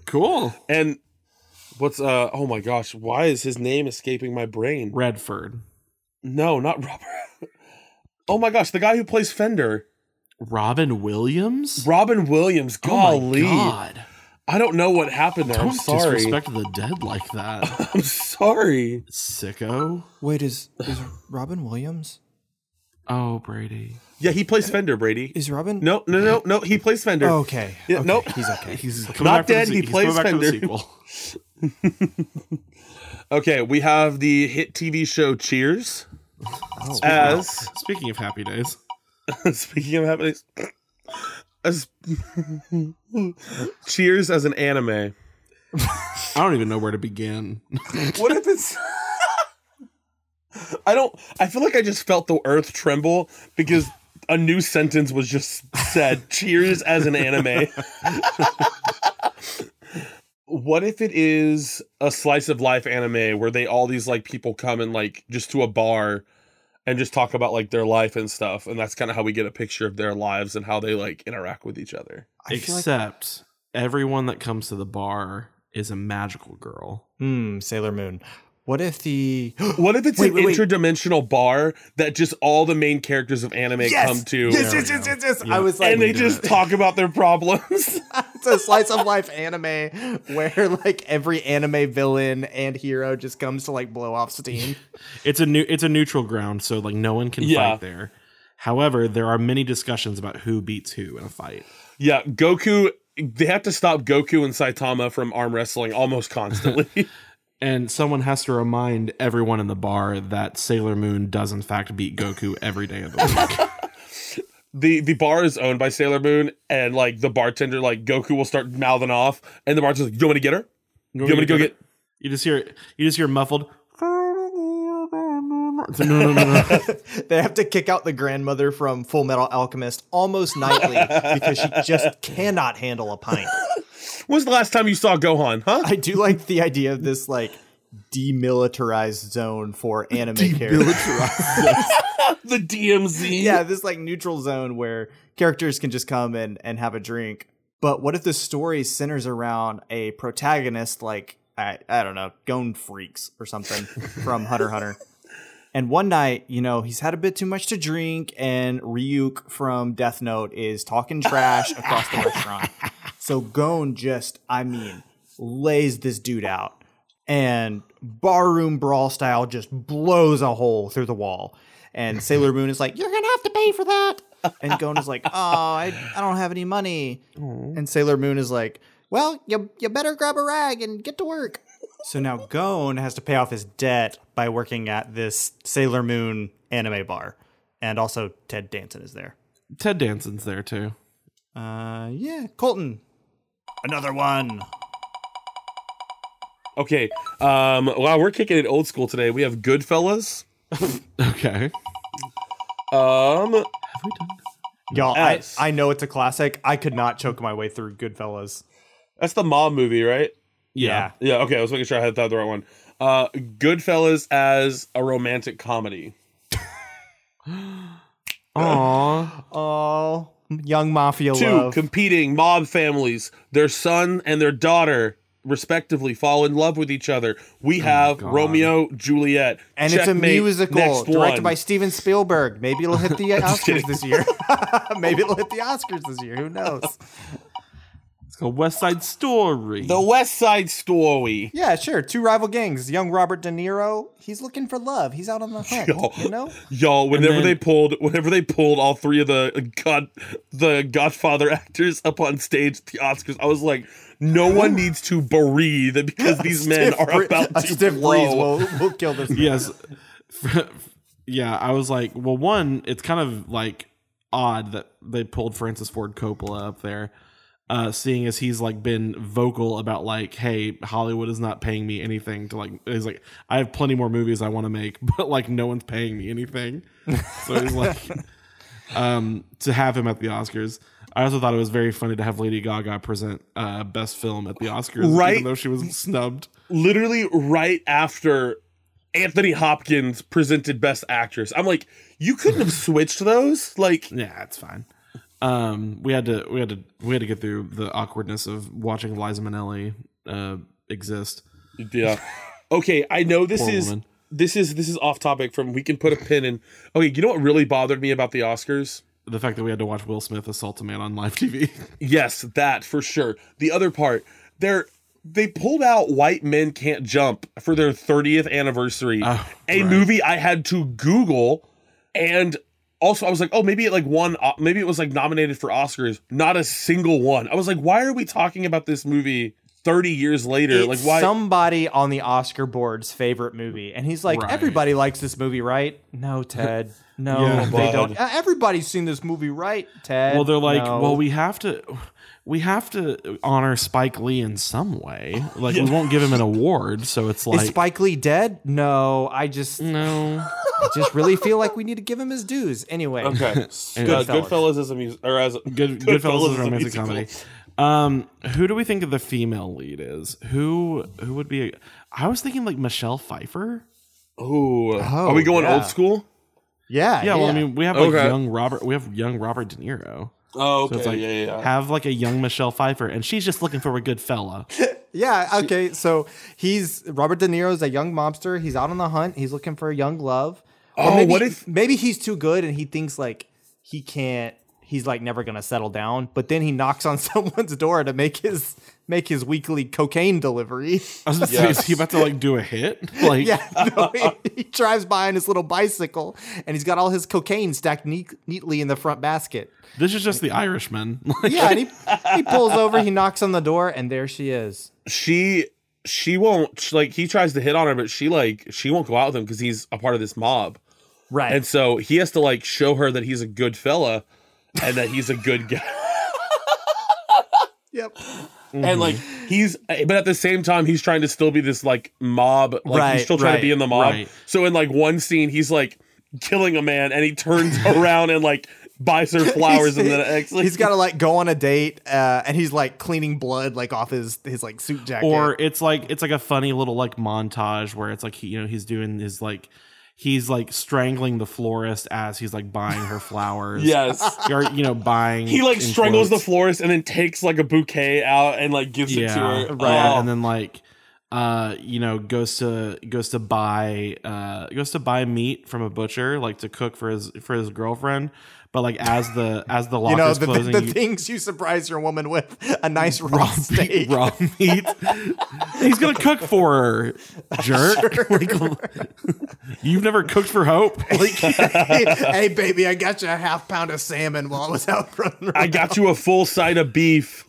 [SPEAKER 2] cool.
[SPEAKER 3] and what's uh oh my gosh why is his name escaping my brain
[SPEAKER 2] Redford,
[SPEAKER 3] No, not Robert. Oh my gosh, the guy who plays Fender,
[SPEAKER 2] Robin Williams.
[SPEAKER 3] Robin Williams.
[SPEAKER 2] Oh my
[SPEAKER 3] Golly,
[SPEAKER 2] God.
[SPEAKER 3] I don't know what happened there. I'm
[SPEAKER 2] Don't
[SPEAKER 3] sorry.
[SPEAKER 2] disrespect the dead like that,
[SPEAKER 3] I'm sorry.
[SPEAKER 2] sicko.
[SPEAKER 1] Wait, is is Robin Williams?
[SPEAKER 2] Oh Brady,
[SPEAKER 3] Yeah, he plays Fender. Brady.
[SPEAKER 1] Is Robin
[SPEAKER 3] no, no, no, no. He plays Fender.
[SPEAKER 2] Oh,
[SPEAKER 1] Okay.
[SPEAKER 3] Yeah,
[SPEAKER 1] okay,
[SPEAKER 3] nope.
[SPEAKER 1] He's okay.
[SPEAKER 2] he's coming back
[SPEAKER 3] Not
[SPEAKER 2] for the
[SPEAKER 3] dead, he
[SPEAKER 2] he's
[SPEAKER 3] plays
[SPEAKER 2] coming back for the
[SPEAKER 3] Fender.
[SPEAKER 2] sequel.
[SPEAKER 3] Okay, we have the hit TV show Cheers.
[SPEAKER 2] Oh.
[SPEAKER 3] As
[SPEAKER 2] Speaking of happy days,
[SPEAKER 3] speaking of happening, as Cheers as an anime.
[SPEAKER 2] I don't even know where to begin.
[SPEAKER 3] What if it's I don't. I feel like I just felt the earth tremble because a new sentence was just said. Cheers as an anime. what if it is a slice of life anime where they all these like people come and like just to a bar and just talk about like their life and stuff and that's kind of how we get a picture of their lives and how they like interact with each other
[SPEAKER 1] I feel like-
[SPEAKER 2] Except everyone that comes to the bar is a magical girl.
[SPEAKER 1] Hmm, Sailor Moon. What if the
[SPEAKER 3] what if it's
[SPEAKER 1] Wait,
[SPEAKER 3] an
[SPEAKER 1] wait, wait.
[SPEAKER 3] interdimensional bar that just all the main characters of anime
[SPEAKER 1] yes!
[SPEAKER 3] come to
[SPEAKER 1] Yes,
[SPEAKER 2] There
[SPEAKER 1] yes,
[SPEAKER 2] we
[SPEAKER 1] yes,
[SPEAKER 2] go.
[SPEAKER 1] yes, yes.
[SPEAKER 2] Yeah.
[SPEAKER 1] I was like,
[SPEAKER 3] and they just talk about their problems
[SPEAKER 1] it's a slice of life anime where like every anime villain and hero just comes to like blow off steam.
[SPEAKER 2] It's a new it's a neutral ground, so like no one can
[SPEAKER 3] Yeah.
[SPEAKER 2] fight there. However, there are many discussions about who beats who in a fight.
[SPEAKER 3] yeah goku they have to stop goku and saitama from arm wrestling almost constantly
[SPEAKER 2] And someone has to remind everyone in the bar that Sailor Moon does in fact beat Goku every day of the week.
[SPEAKER 3] the the bar is owned by Sailor Moon, and like the bartender, like Goku will start mouthing off, and the bartender's like, "You want me to get her? You want me to go get?"
[SPEAKER 2] You just hear you just hear muffled. It's like, no, no, no, no.
[SPEAKER 1] they have to kick out the grandmother from Full Metal Alchemist almost nightly because she just cannot handle a pint.
[SPEAKER 3] When's the last time you saw Gohan? Huh?
[SPEAKER 1] I do like the idea of this like demilitarized zone for anime characters.
[SPEAKER 3] the DMZ.
[SPEAKER 1] Yeah, this like neutral zone where characters can just come and and have a drink. But what if the story centers around a protagonist like I, I don't know, Gone Freaks or something from Hunter x Hunter. And one night, you know, he's had a bit too much to drink, and Ryuk from Death Note is talking trash across the restaurant. So Gon just, I mean, lays this dude out and barroom brawl style just blows a hole through the wall. And Sailor Moon is like, You're gonna have to pay for that. And Gon is like, Oh, I, I don't have any money. And Sailor Moon is like, Well, you, you better grab a rag and get to work. So now Gon has to pay off his debt by working at this Sailor Moon anime bar. And also Ted Danson is there.
[SPEAKER 2] Ted Danson's there too.
[SPEAKER 1] Uh yeah, Colton.
[SPEAKER 8] Another one.
[SPEAKER 3] Okay. Um. Wow, we're kicking it old school today. We have Goodfellas.
[SPEAKER 2] Okay.
[SPEAKER 3] Um.
[SPEAKER 1] Y'all, I,
[SPEAKER 3] Yes.
[SPEAKER 1] I know it's a classic. I could not choke my way through Goodfellas.
[SPEAKER 3] That's the mom movie, right?
[SPEAKER 1] Yeah.
[SPEAKER 3] Yeah. Okay. I was making sure I had thought the right one. Uh, Goodfellas as a romantic comedy.
[SPEAKER 2] Aww.
[SPEAKER 1] Oh, young mafia
[SPEAKER 3] Two
[SPEAKER 1] love.
[SPEAKER 3] competing mob families, their son and their daughter, respectively, fall in love with each other. We have
[SPEAKER 2] God.
[SPEAKER 3] Romeo, Juliet,
[SPEAKER 1] Oh and it's a
[SPEAKER 3] Checkmate,
[SPEAKER 1] musical
[SPEAKER 3] next
[SPEAKER 1] directed
[SPEAKER 3] one.
[SPEAKER 1] by Steven Spielberg. Maybe it'll hit the Oscars
[SPEAKER 3] kidding.
[SPEAKER 1] this year. Maybe it'll hit the Oscars this year. Who knows?
[SPEAKER 2] It's called West Side Story.
[SPEAKER 3] The West Side Story.
[SPEAKER 1] Yeah, sure. Two rival gangs. Young Robert De Niro. He's looking for love. He's out on the hunt.
[SPEAKER 3] Yo.
[SPEAKER 1] You know.
[SPEAKER 3] Y'all, whenever
[SPEAKER 2] then-
[SPEAKER 3] they pulled, whenever they pulled all three of the God, the Godfather actors up on stage at the Oscars, I was like, no one needs to breathe because these men
[SPEAKER 1] Stiff
[SPEAKER 3] are
[SPEAKER 1] bree-
[SPEAKER 3] about
[SPEAKER 1] a
[SPEAKER 3] to
[SPEAKER 1] stiff breeze
[SPEAKER 3] blow.
[SPEAKER 1] will, will kill this. man.
[SPEAKER 2] yes. yeah, I was like, well, one, it's kind of like odd that they pulled Francis Ford Coppola up there, uh, seeing as he's like been vocal about like, hey, Hollywood is not paying me anything to like. He's like, I have plenty more movies I want to make, but like, no one's paying me anything. So he's like, um, to have him at the Oscars. I also thought it was very funny to have Lady Gaga present uh, best film at the Oscars,
[SPEAKER 3] Right.
[SPEAKER 2] Even though she was snubbed.
[SPEAKER 3] Literally right after Anthony Hopkins presented Best Actress, I'm like, you couldn't have switched those. Like,
[SPEAKER 2] Yeah, it's fine. Um, we had to we had to we had to get through the awkwardness of watching Liza Minnelli uh, exist.
[SPEAKER 3] yeah. Okay, I know this
[SPEAKER 2] Poor
[SPEAKER 3] is
[SPEAKER 2] woman.
[SPEAKER 3] this is this is off topic from we can put a pin in. Okay, you know what really bothered me about the Oscars?
[SPEAKER 2] The fact that we had to watch Will Smith assault a man on live TV.
[SPEAKER 3] Yes, that for sure. The other part, they're they pulled out White Men Can't Jump for their 30th anniversary.
[SPEAKER 2] Oh,
[SPEAKER 3] a
[SPEAKER 2] right.
[SPEAKER 3] movie I had to Google and also I was like, oh, maybe it like won uh, maybe it was like nominated for Oscars. Not a single one. I was like, why are we talking about this movie 30 years later?
[SPEAKER 1] It's
[SPEAKER 3] like why
[SPEAKER 1] somebody on the Oscar board's favorite movie, and he's like,
[SPEAKER 2] Right.
[SPEAKER 1] "Everybody likes this movie, right?" No, Ted. No,
[SPEAKER 2] Yeah,
[SPEAKER 1] they don't.
[SPEAKER 3] bud.
[SPEAKER 1] Uh, Everybody's seen this movie, right, Ted?
[SPEAKER 2] well, they're like,
[SPEAKER 1] No.
[SPEAKER 2] well, we have to we have to honor Spike Lee in some way. Like we won't give him an award, so it's like
[SPEAKER 1] Is Spike Lee dead? No, I just
[SPEAKER 2] no.
[SPEAKER 1] I just really feel like we need to give him his dues. Anyway,
[SPEAKER 3] Okay.
[SPEAKER 2] Goodfellas.
[SPEAKER 3] Goodfellas. Goodfellas is a music or as a,
[SPEAKER 2] Good Goodfellas is a romantic comedy. Um, who do we think the female lead is? Who who would be? A, I was thinking like Michelle Pfeiffer.
[SPEAKER 3] Ooh.
[SPEAKER 1] Oh,
[SPEAKER 3] Are we going
[SPEAKER 1] yeah.
[SPEAKER 3] old school?
[SPEAKER 1] yeah,
[SPEAKER 2] Yeah, well, I mean, we have like
[SPEAKER 3] Okay.
[SPEAKER 2] young Robert. We have young Robert De Niro.
[SPEAKER 3] Oh, okay.
[SPEAKER 2] So it's like
[SPEAKER 3] yeah, yeah, yeah.
[SPEAKER 2] have like a young Michelle Pfeiffer, and she's just looking for a good fella.
[SPEAKER 1] yeah. Okay, so he's Robert De Niro's a young mobster. He's out on the hunt. He's looking for a young love. Or
[SPEAKER 3] Oh,
[SPEAKER 1] maybe,
[SPEAKER 3] what if-
[SPEAKER 1] maybe he's too good and he thinks like he can't. He's like never gonna settle down. But then he knocks on someone's door to make his make his weekly cocaine delivery.
[SPEAKER 2] I was gonna say, is he about to like do a hit? Like,
[SPEAKER 1] Yeah, no, he, he drives by on his little bicycle, and he's got all his cocaine stacked neat, neatly in the front basket.
[SPEAKER 2] this is just the Irishman. Like,
[SPEAKER 1] Yeah, and he, he pulls over, he knocks on the door, and there she is.
[SPEAKER 3] she she won't sh- like he tries to hit on her but she like she won't go out with him because he's a part of this mob
[SPEAKER 1] Right.
[SPEAKER 3] and so he has to like show her that he's a good fella and that he's a good guy
[SPEAKER 1] yep.
[SPEAKER 2] Mm-hmm.
[SPEAKER 3] and like he's but at the same time he's trying to still be this like mob like
[SPEAKER 1] Right,
[SPEAKER 3] he's still trying
[SPEAKER 1] right,
[SPEAKER 3] to be in the mob
[SPEAKER 2] right.
[SPEAKER 3] so in like one scene he's like killing a man and he turns around and like buys her flowers and then actually
[SPEAKER 1] he's got to like go on a date, uh, and he's like cleaning blood like off his his like suit jacket.
[SPEAKER 2] or it's like it's like a funny little like montage where it's like he, you know he's doing his like he's like strangling the florist as he's like buying her flowers.
[SPEAKER 3] yes
[SPEAKER 2] or you know buying.
[SPEAKER 3] he like
[SPEAKER 2] in
[SPEAKER 3] strangles the
[SPEAKER 2] quotes.
[SPEAKER 3] florist and then takes like a bouquet out and like gives it to
[SPEAKER 2] yeah,
[SPEAKER 3] her
[SPEAKER 2] right.
[SPEAKER 3] Oh.
[SPEAKER 2] And then like, uh, you know, goes to goes to buy uh goes to buy meat from a butcher like to cook for his for his girlfriend. But like as the as the
[SPEAKER 1] you know
[SPEAKER 2] locker's
[SPEAKER 1] the, the,
[SPEAKER 2] closing,
[SPEAKER 1] the
[SPEAKER 2] you-
[SPEAKER 1] things you surprise your woman with a nice raw,
[SPEAKER 2] raw meat,
[SPEAKER 1] steak.
[SPEAKER 2] raw meat. He's gonna cook for her, jerk. Like, you've never cooked for Hope.
[SPEAKER 1] hey baby, I got you a half pound of salmon while I was out running.
[SPEAKER 3] I got you a full side of beef.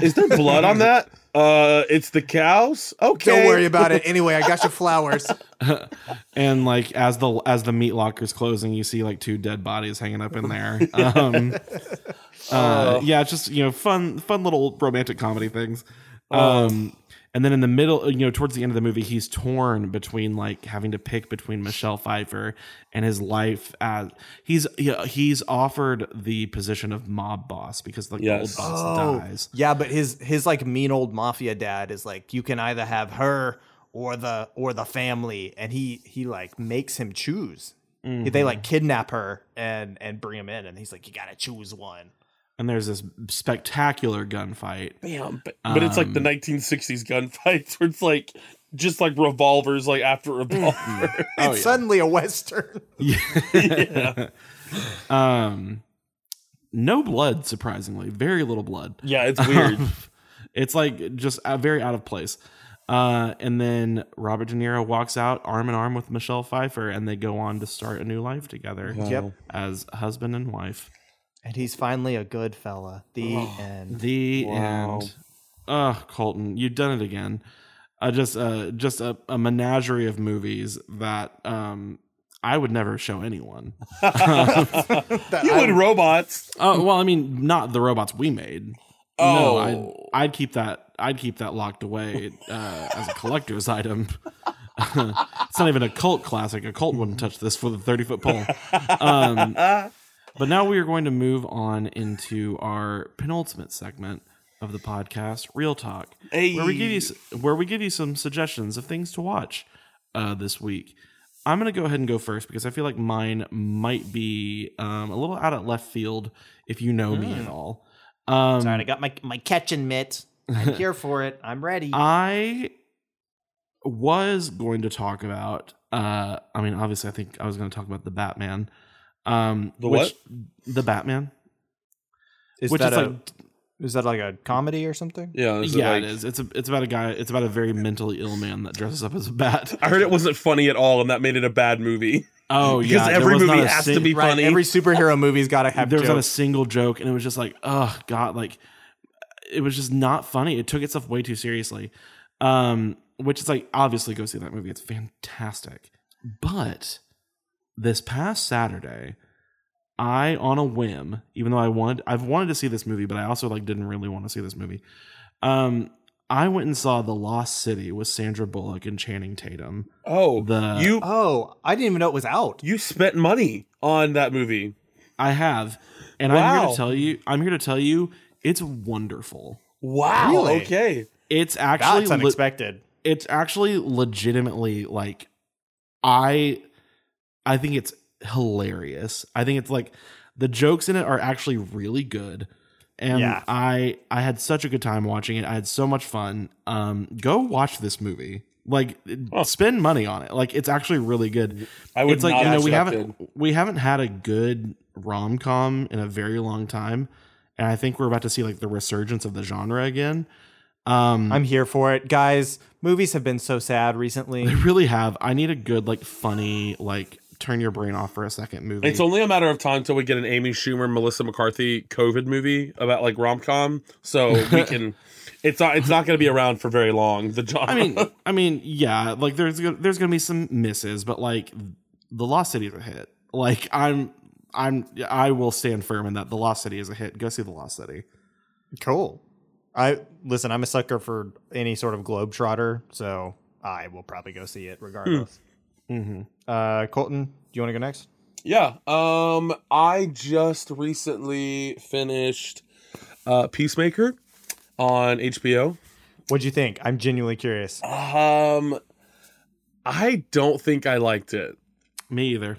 [SPEAKER 3] Is there blood on that? Uh, it's the cows. Okay.
[SPEAKER 1] Don't worry about it. Anyway, I got you flowers.
[SPEAKER 2] and like as the as the meat locker's closing you see like two dead bodies hanging up in there um uh, yeah it's just you know fun fun little romantic comedy things um and then in the middle you know towards the end of the movie he's torn between like having to pick between michelle pfeiffer and his life as he's he- he's offered the position of mob boss because the
[SPEAKER 3] Yes.
[SPEAKER 2] old boss dies
[SPEAKER 1] yeah, but his his like mean old mafia dad is like, you can either have her or the or the family, and he he like makes him choose. They like kidnap her and and bring him in, and he's like, you gotta choose one.
[SPEAKER 2] and there's this spectacular gunfight
[SPEAKER 3] Bam. But, but it's like the 1960s gunfights where it's like just like revolvers, like after revolver.
[SPEAKER 1] it's suddenly a western.
[SPEAKER 2] Um, no blood, surprisingly, very little blood.
[SPEAKER 3] yeah, it's weird.
[SPEAKER 2] It's like just uh, very out of place. Uh, and then Robert De Niro walks out arm in arm with Michelle Pfeiffer, and they go on to start a new life together.
[SPEAKER 1] Yep.
[SPEAKER 2] as husband and wife.
[SPEAKER 1] And he's finally a good fella. The end.
[SPEAKER 2] The end. Ugh, Colton, you've done it again. Uh, just uh, just a, a menagerie of movies that um, I would never show anyone.
[SPEAKER 3] you and robots.
[SPEAKER 2] Oh well, I mean, not the robots we made.
[SPEAKER 3] Oh.
[SPEAKER 2] no, I'd, I'd keep that. I'd keep that locked away uh, as a collector's item. it's not even a cult classic. A cult wouldn't touch this with a thirty foot pole. Um, but now we are going to move on into our penultimate segment of the podcast, Real Talk, where we give you s- where we give you some suggestions of things to watch uh, this week. I'm going to go ahead and go first because I feel like mine might be um, a little out at left field if you know me at all. Um,
[SPEAKER 1] All right, I got my my catching mitt. I'm here for it. I'm ready.
[SPEAKER 2] Uh, I was going to talk about. Uh, I mean, obviously, I think I was going to talk about the Batman. Um,
[SPEAKER 3] The
[SPEAKER 2] which, The Batman.
[SPEAKER 1] is
[SPEAKER 2] which
[SPEAKER 1] that
[SPEAKER 2] is
[SPEAKER 1] a,
[SPEAKER 2] like
[SPEAKER 1] is that like a comedy or something?
[SPEAKER 3] Yeah, is it
[SPEAKER 2] yeah,
[SPEAKER 3] like-
[SPEAKER 2] it is. It's a, it's about a guy. It's about a very mentally ill man that dresses up as a bat.
[SPEAKER 3] I heard it wasn't funny at all, and that made it a bad movie.
[SPEAKER 2] Oh
[SPEAKER 3] Because
[SPEAKER 2] yeah, there
[SPEAKER 3] every
[SPEAKER 2] was not
[SPEAKER 3] movie
[SPEAKER 2] a
[SPEAKER 3] has to
[SPEAKER 2] sing-
[SPEAKER 3] be
[SPEAKER 1] Right.
[SPEAKER 3] funny.
[SPEAKER 1] Every superhero movie's gotta have
[SPEAKER 2] there was not a
[SPEAKER 1] jokes.
[SPEAKER 2] single joke, and it was just like, oh god, like it was just not funny. It took itself way too seriously. Um, which is like obviously go see that movie. It's fantastic. But this past Saturday, I on a whim, even though I wanted I've wanted to see this movie, but I also like didn't really want to see this movie. Um, I went and saw The Lost City with Sandra Bullock and Channing Tatum.
[SPEAKER 3] Oh,
[SPEAKER 2] The- uh,
[SPEAKER 3] you
[SPEAKER 9] Oh, I didn't even know it was out.
[SPEAKER 3] you spent money on that movie.
[SPEAKER 2] I have, and I'm here
[SPEAKER 3] Wow.
[SPEAKER 2] to tell you, I'm here to tell you, it's wonderful.
[SPEAKER 3] Wow.
[SPEAKER 9] Really?
[SPEAKER 3] Okay.
[SPEAKER 2] It's actually
[SPEAKER 9] That's
[SPEAKER 2] le-
[SPEAKER 9] unexpected.
[SPEAKER 2] it's actually legitimately like i i think it's hilarious i think it's like the jokes in it are actually really good and
[SPEAKER 9] Yeah.
[SPEAKER 2] i i had such a good time watching it i had so much fun um go watch this movie like spend money on it like it's actually really good
[SPEAKER 3] I would
[SPEAKER 2] it's like
[SPEAKER 3] not
[SPEAKER 2] you know we
[SPEAKER 3] have
[SPEAKER 2] haven't we haven't had a good rom-com in a very long time and i think we're about to see like the resurgence of the genre again um
[SPEAKER 9] I'm here for it, guys. Movies have been so sad recently.
[SPEAKER 2] They really have. I need a good, like, funny, like, turn your brain off for a second movie.
[SPEAKER 3] It's only a matter of time till we get an Amy Schumer, Melissa McCarthy COVID movie about like rom com. So we can. It's not. It's not going to be around for very long. The genre.
[SPEAKER 2] I mean, I mean, yeah. Like, there's go- there's gonna be some misses, but like, the Lost City is a hit. Like, I'm I'm I will stand firm in that the Lost City is a hit. Go see the Lost City.
[SPEAKER 9] Cool. I listen. I'm a sucker for any sort of globetrotter, so I will probably go see it regardless.
[SPEAKER 1] Hmm. Mm-hmm.
[SPEAKER 9] Uh, Colton, do you want to go next?
[SPEAKER 3] yeah. Um. I just recently finished uh, Peacemaker on HBO.
[SPEAKER 9] What'd you think? I'm genuinely curious.
[SPEAKER 3] Um. I don't think I liked it.
[SPEAKER 2] Me either.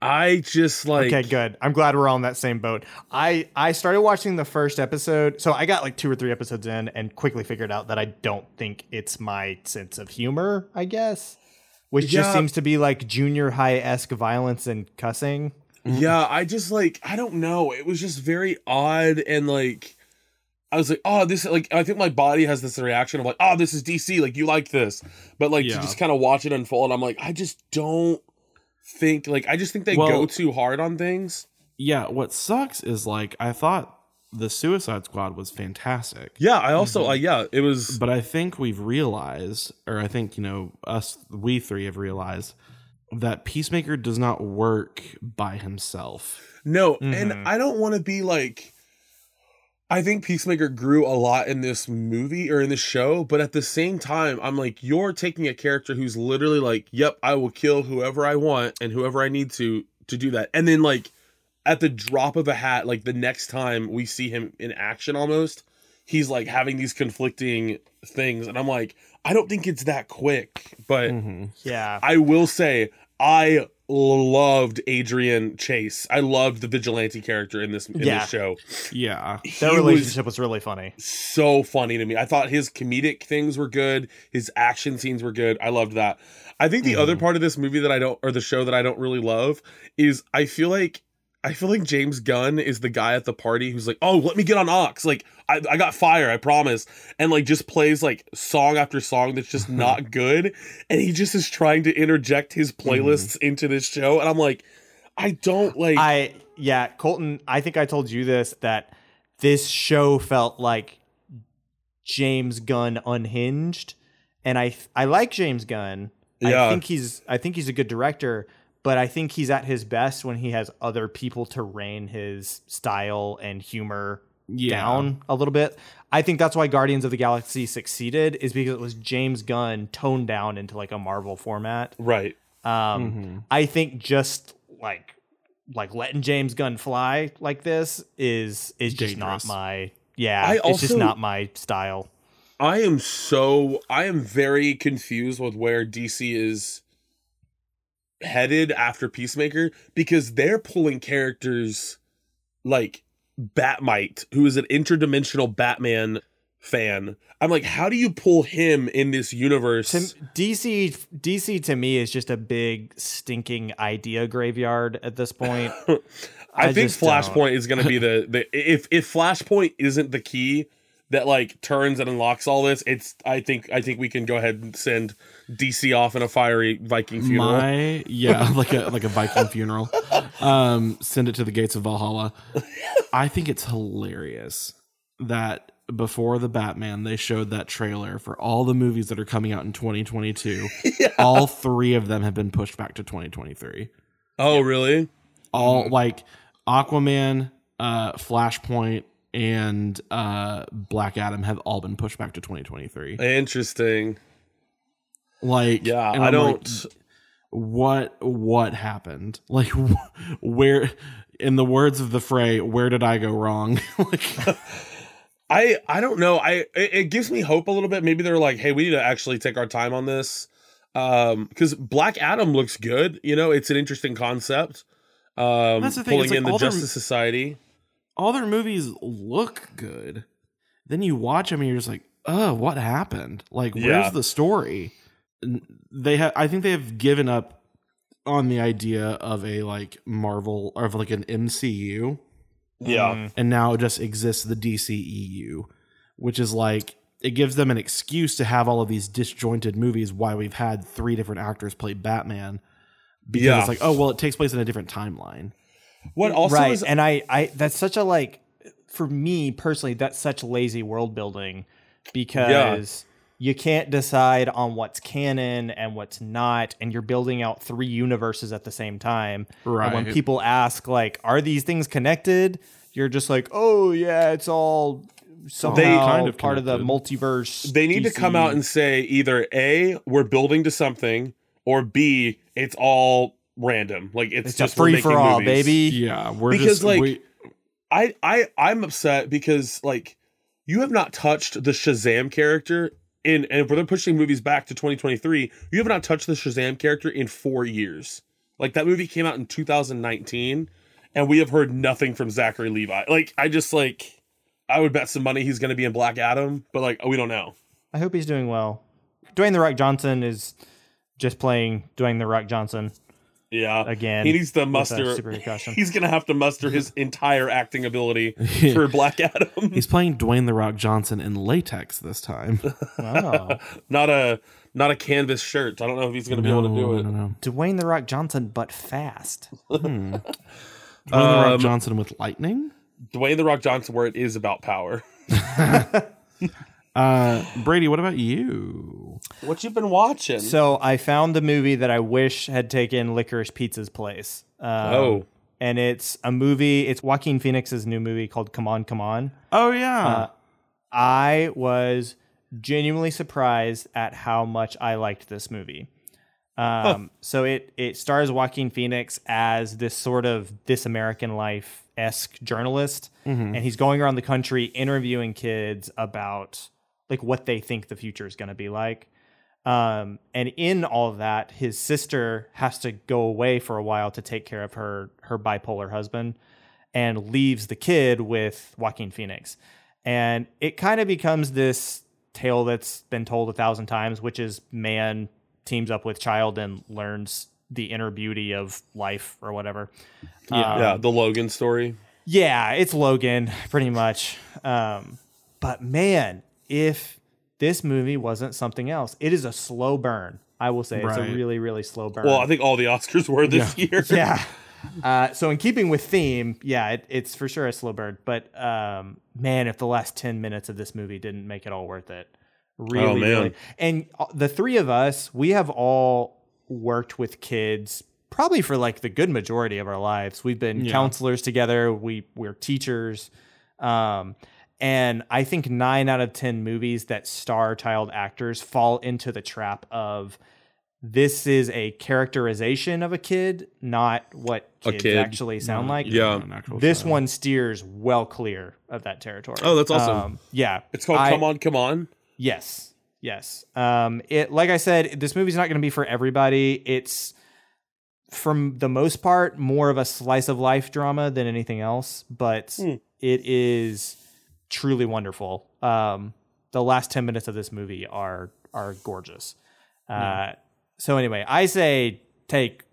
[SPEAKER 3] I just like.
[SPEAKER 9] Okay, good. I'm glad we're all on that same boat. I I started watching the first episode, so I got like two or three episodes in, and quickly figured out that I don't think it's my sense of humor. I guess, which just
[SPEAKER 3] Yeah.
[SPEAKER 9] seems to be like junior high esque violence and cussing.
[SPEAKER 3] Yeah, I just like I don't know. It was just very odd and like I was like, oh, this like I think my body has this reaction of like, oh, this is DC. Like you like this, but like
[SPEAKER 2] Yeah.
[SPEAKER 3] to just kind of watch it unfold, I'm like, I just don't think like I just think they
[SPEAKER 2] Well-
[SPEAKER 3] go too hard on things.
[SPEAKER 2] Yeah. What sucks is like I thought the Suicide Squad was fantastic.
[SPEAKER 3] Yeah, I also uh, yeah, it was
[SPEAKER 2] But I think we've realized, or I think, you know, us, we three have realized that Peacemaker does not work by himself.
[SPEAKER 3] no, and I don't want to be like. I think Peacemaker grew a lot in this movie or in this show, but at the same time, I'm like, you're taking a character who's literally like, yep, I will kill whoever I want and whoever I need to to do that. And then like at the drop of a hat, like the next time we see him in action almost, he's like having these conflicting things. And I'm like, I don't think it's that quick,
[SPEAKER 2] Mm-hmm.
[SPEAKER 3] but
[SPEAKER 9] Yeah,
[SPEAKER 3] I will say I loved Adrian Chase. I loved the vigilante character in this in
[SPEAKER 9] Yeah.
[SPEAKER 3] this show.
[SPEAKER 2] Yeah.
[SPEAKER 9] their
[SPEAKER 3] He was-
[SPEAKER 9] relationship was really funny.
[SPEAKER 3] so funny to me. I thought his comedic things were good, his action scenes were good. I loved that. I think the other part of this movie that I don't or the show that I don't really love is I feel like I feel like James Gunn is the guy at the party who's like, "Oh, let me get on Ox. Like, I, I got fire, I promise." And like just plays like song after song that's just not good, and he just is trying to interject his playlists into this show, and I'm like, I don't like
[SPEAKER 9] I yeah, Colton, I think I told you this that this show felt like James Gunn unhinged and I I like James Gunn. I
[SPEAKER 3] Yeah.
[SPEAKER 9] think he's I think he's a good director, but I think he's at his best when he has other people to rein his style and humor
[SPEAKER 2] Yeah.
[SPEAKER 9] down a little bit. I think that's why Guardians of the Galaxy succeeded is because it was James Gunn toned down into like a Marvel format.
[SPEAKER 3] right.
[SPEAKER 9] Um,
[SPEAKER 2] Mm-hmm.
[SPEAKER 9] I think just like like letting James Gunn fly like this is is just
[SPEAKER 2] Dangerous.
[SPEAKER 9] not my yeah.
[SPEAKER 3] I
[SPEAKER 9] it's just
[SPEAKER 3] also-
[SPEAKER 9] not my style.
[SPEAKER 3] I am so I am very confused with where DC is headed after Peacemaker because they're pulling characters like Batmite, who is an interdimensional Batman fan. I'm like, how do you pull him in this universe?
[SPEAKER 9] To, DC DC to me is just a big stinking idea graveyard at this point.
[SPEAKER 3] I,
[SPEAKER 9] I
[SPEAKER 3] think
[SPEAKER 9] just don't.
[SPEAKER 3] Flashpoint is going to be the the if if Flashpoint isn't the key that like turns and unlocks all this, it's I think I think we can go ahead and send DC off in a fiery Viking funeral.
[SPEAKER 2] My yeah, like a like a Viking funeral. Um, send it to the gates of Valhalla. I think it's hilarious that before the Batman, they showed that trailer for all the movies that are coming out in 2022. All three of them have been pushed back to 2023.
[SPEAKER 3] oh, really?
[SPEAKER 2] all like Aquaman, uh, Flashpoint, and uh, Black Adam have all been pushed back to 2023.
[SPEAKER 3] Interesting.
[SPEAKER 2] Like,
[SPEAKER 3] Yeah,
[SPEAKER 2] and
[SPEAKER 3] I
[SPEAKER 2] I'm like,
[SPEAKER 3] don't.
[SPEAKER 2] what what happened? Like, wh- where? In the words of the fray, where did I go wrong? like,
[SPEAKER 3] I I don't know. I it, it gives me hope a little bit. Maybe they're like, hey, we need to actually take our time on this. Um, because Black Adam looks good. You know, it's an interesting concept. Um,
[SPEAKER 2] That's the thing,
[SPEAKER 3] pulling
[SPEAKER 2] it's like
[SPEAKER 3] in
[SPEAKER 2] all
[SPEAKER 3] the
[SPEAKER 2] their-
[SPEAKER 3] Justice Society.
[SPEAKER 2] all their movies look good. Then you watch them and you're just like, oh, what happened? Like, where's
[SPEAKER 3] Yeah.
[SPEAKER 2] the story? And they have, I think they have given up on the idea of a like Marvel or of like an MCU,
[SPEAKER 3] Yeah,
[SPEAKER 2] and now it just exists the DCEU, which is like it gives them an excuse to have all of these disjointed movies. Why we've had three different actors play Batman. Because
[SPEAKER 3] Yeah.
[SPEAKER 2] it's like, oh well, it takes place in a different timeline.
[SPEAKER 3] What also
[SPEAKER 9] right.
[SPEAKER 3] is
[SPEAKER 9] and I, I, that's such a like, for me personally, that's such lazy world building because you can't decide on what's canon and what's not, and you're building out three universes at the same time. And when
[SPEAKER 2] Right.
[SPEAKER 9] people ask, like, are these things connected? You're just like, oh yeah, it's all somehow
[SPEAKER 2] kind of
[SPEAKER 9] part of the
[SPEAKER 2] connected.
[SPEAKER 9] multiverse.
[SPEAKER 3] they need to come out and say either a we're building to something or b it's all random. Like it's,
[SPEAKER 9] it's a
[SPEAKER 3] just we're
[SPEAKER 9] free for
[SPEAKER 3] making
[SPEAKER 9] all,
[SPEAKER 3] movies.
[SPEAKER 9] baby.
[SPEAKER 2] Yeah, we're
[SPEAKER 3] Because,
[SPEAKER 2] just
[SPEAKER 3] like,
[SPEAKER 2] we-
[SPEAKER 3] I I I'm upset because like you have not touched the Shazam character in and if they're pushing movies back to 2023, you have not touched the Shazam character in 4 years. Like that movie came out in 2019 and we have heard nothing from Zachary Levi. Like I just like I would bet some money he's going to be in Black Adam, but like we don't know.
[SPEAKER 9] I hope he's doing well. Dwayne the Rock Johnson is just playing Dwayne the Rock Johnson.
[SPEAKER 3] Yeah.
[SPEAKER 9] Again,
[SPEAKER 3] he needs to
[SPEAKER 9] with a
[SPEAKER 3] muster
[SPEAKER 9] superhero costume.
[SPEAKER 3] He's going to have to muster his entire acting ability for Black Adam.
[SPEAKER 2] He's playing Dwayne the Rock Johnson in latex this time.
[SPEAKER 9] Wow.
[SPEAKER 3] not a not a canvas shirt. I don't know if he's going to be able to do it.
[SPEAKER 2] Oh, I don't know.
[SPEAKER 9] Dwayne the Rock Johnson, but fast.
[SPEAKER 2] Dwayne the Rock Johnson with lightning.
[SPEAKER 3] Dwayne the Rock Johnson, where it is about power.
[SPEAKER 2] Uh, Brady, what about you?
[SPEAKER 3] What you've been watching?
[SPEAKER 9] So I found the movie that I wish had taken Licorice Pizza's place. Um,
[SPEAKER 3] oh,
[SPEAKER 9] And it's a movie, it's Joaquin Phoenix's new movie called Come On, Come On.
[SPEAKER 2] Oh yeah,
[SPEAKER 9] I was genuinely surprised at how much I liked this movie. Um, So it it stars Joaquin Phoenix as this sort of this American life esque journalist, and he's going around the country interviewing kids about like what they think the future is going to be like. Um, and in all of that, his sister has to go away for a while to take care of her her bipolar husband, and leaves the kid with Joaquin Phoenix. And it kind of becomes this tale that's been told a thousand times, which is man teams up with child and learns the inner beauty of life or whatever. um,
[SPEAKER 2] yeah.
[SPEAKER 3] yeah, the Logan story.
[SPEAKER 9] Yeah, it's Logan, pretty much. Um, but man, if this movie wasn't something else, it is a slow burn. I will say it's
[SPEAKER 2] Right.
[SPEAKER 9] a really, really slow burn.
[SPEAKER 3] Well, I think all the Oscars were this year.
[SPEAKER 9] yeah. Uh, so in keeping with theme, yeah, it, it's for sure a slow burn. But um, man, if the last ten minutes of this movie didn't make it all worth it, really,
[SPEAKER 3] Oh, man.
[SPEAKER 9] really. And uh, the three of us, we have all worked with kids probably for like the good majority of our lives. We've been counselors together. We we're teachers. Um, and I think nine out of 10 movies that star child actors fall into the trap of this is a characterization of a kid, not what
[SPEAKER 3] A
[SPEAKER 9] kids
[SPEAKER 3] kid.
[SPEAKER 9] actually sound like.
[SPEAKER 3] Yeah.
[SPEAKER 2] An actual
[SPEAKER 9] This
[SPEAKER 2] child.
[SPEAKER 9] one steers well clear of that territory. Um,
[SPEAKER 3] Oh, that's awesome.
[SPEAKER 9] yeah.
[SPEAKER 3] It's called
[SPEAKER 9] I-
[SPEAKER 3] Come On, Come On.
[SPEAKER 9] Yes. Yes. Um it like I said, this movie's not going to be for everybody. It's from the most part more of a slice of life drama than anything else, but it is truly wonderful. Um the last 10 minutes of this movie are are gorgeous. Uh so anyway, I say take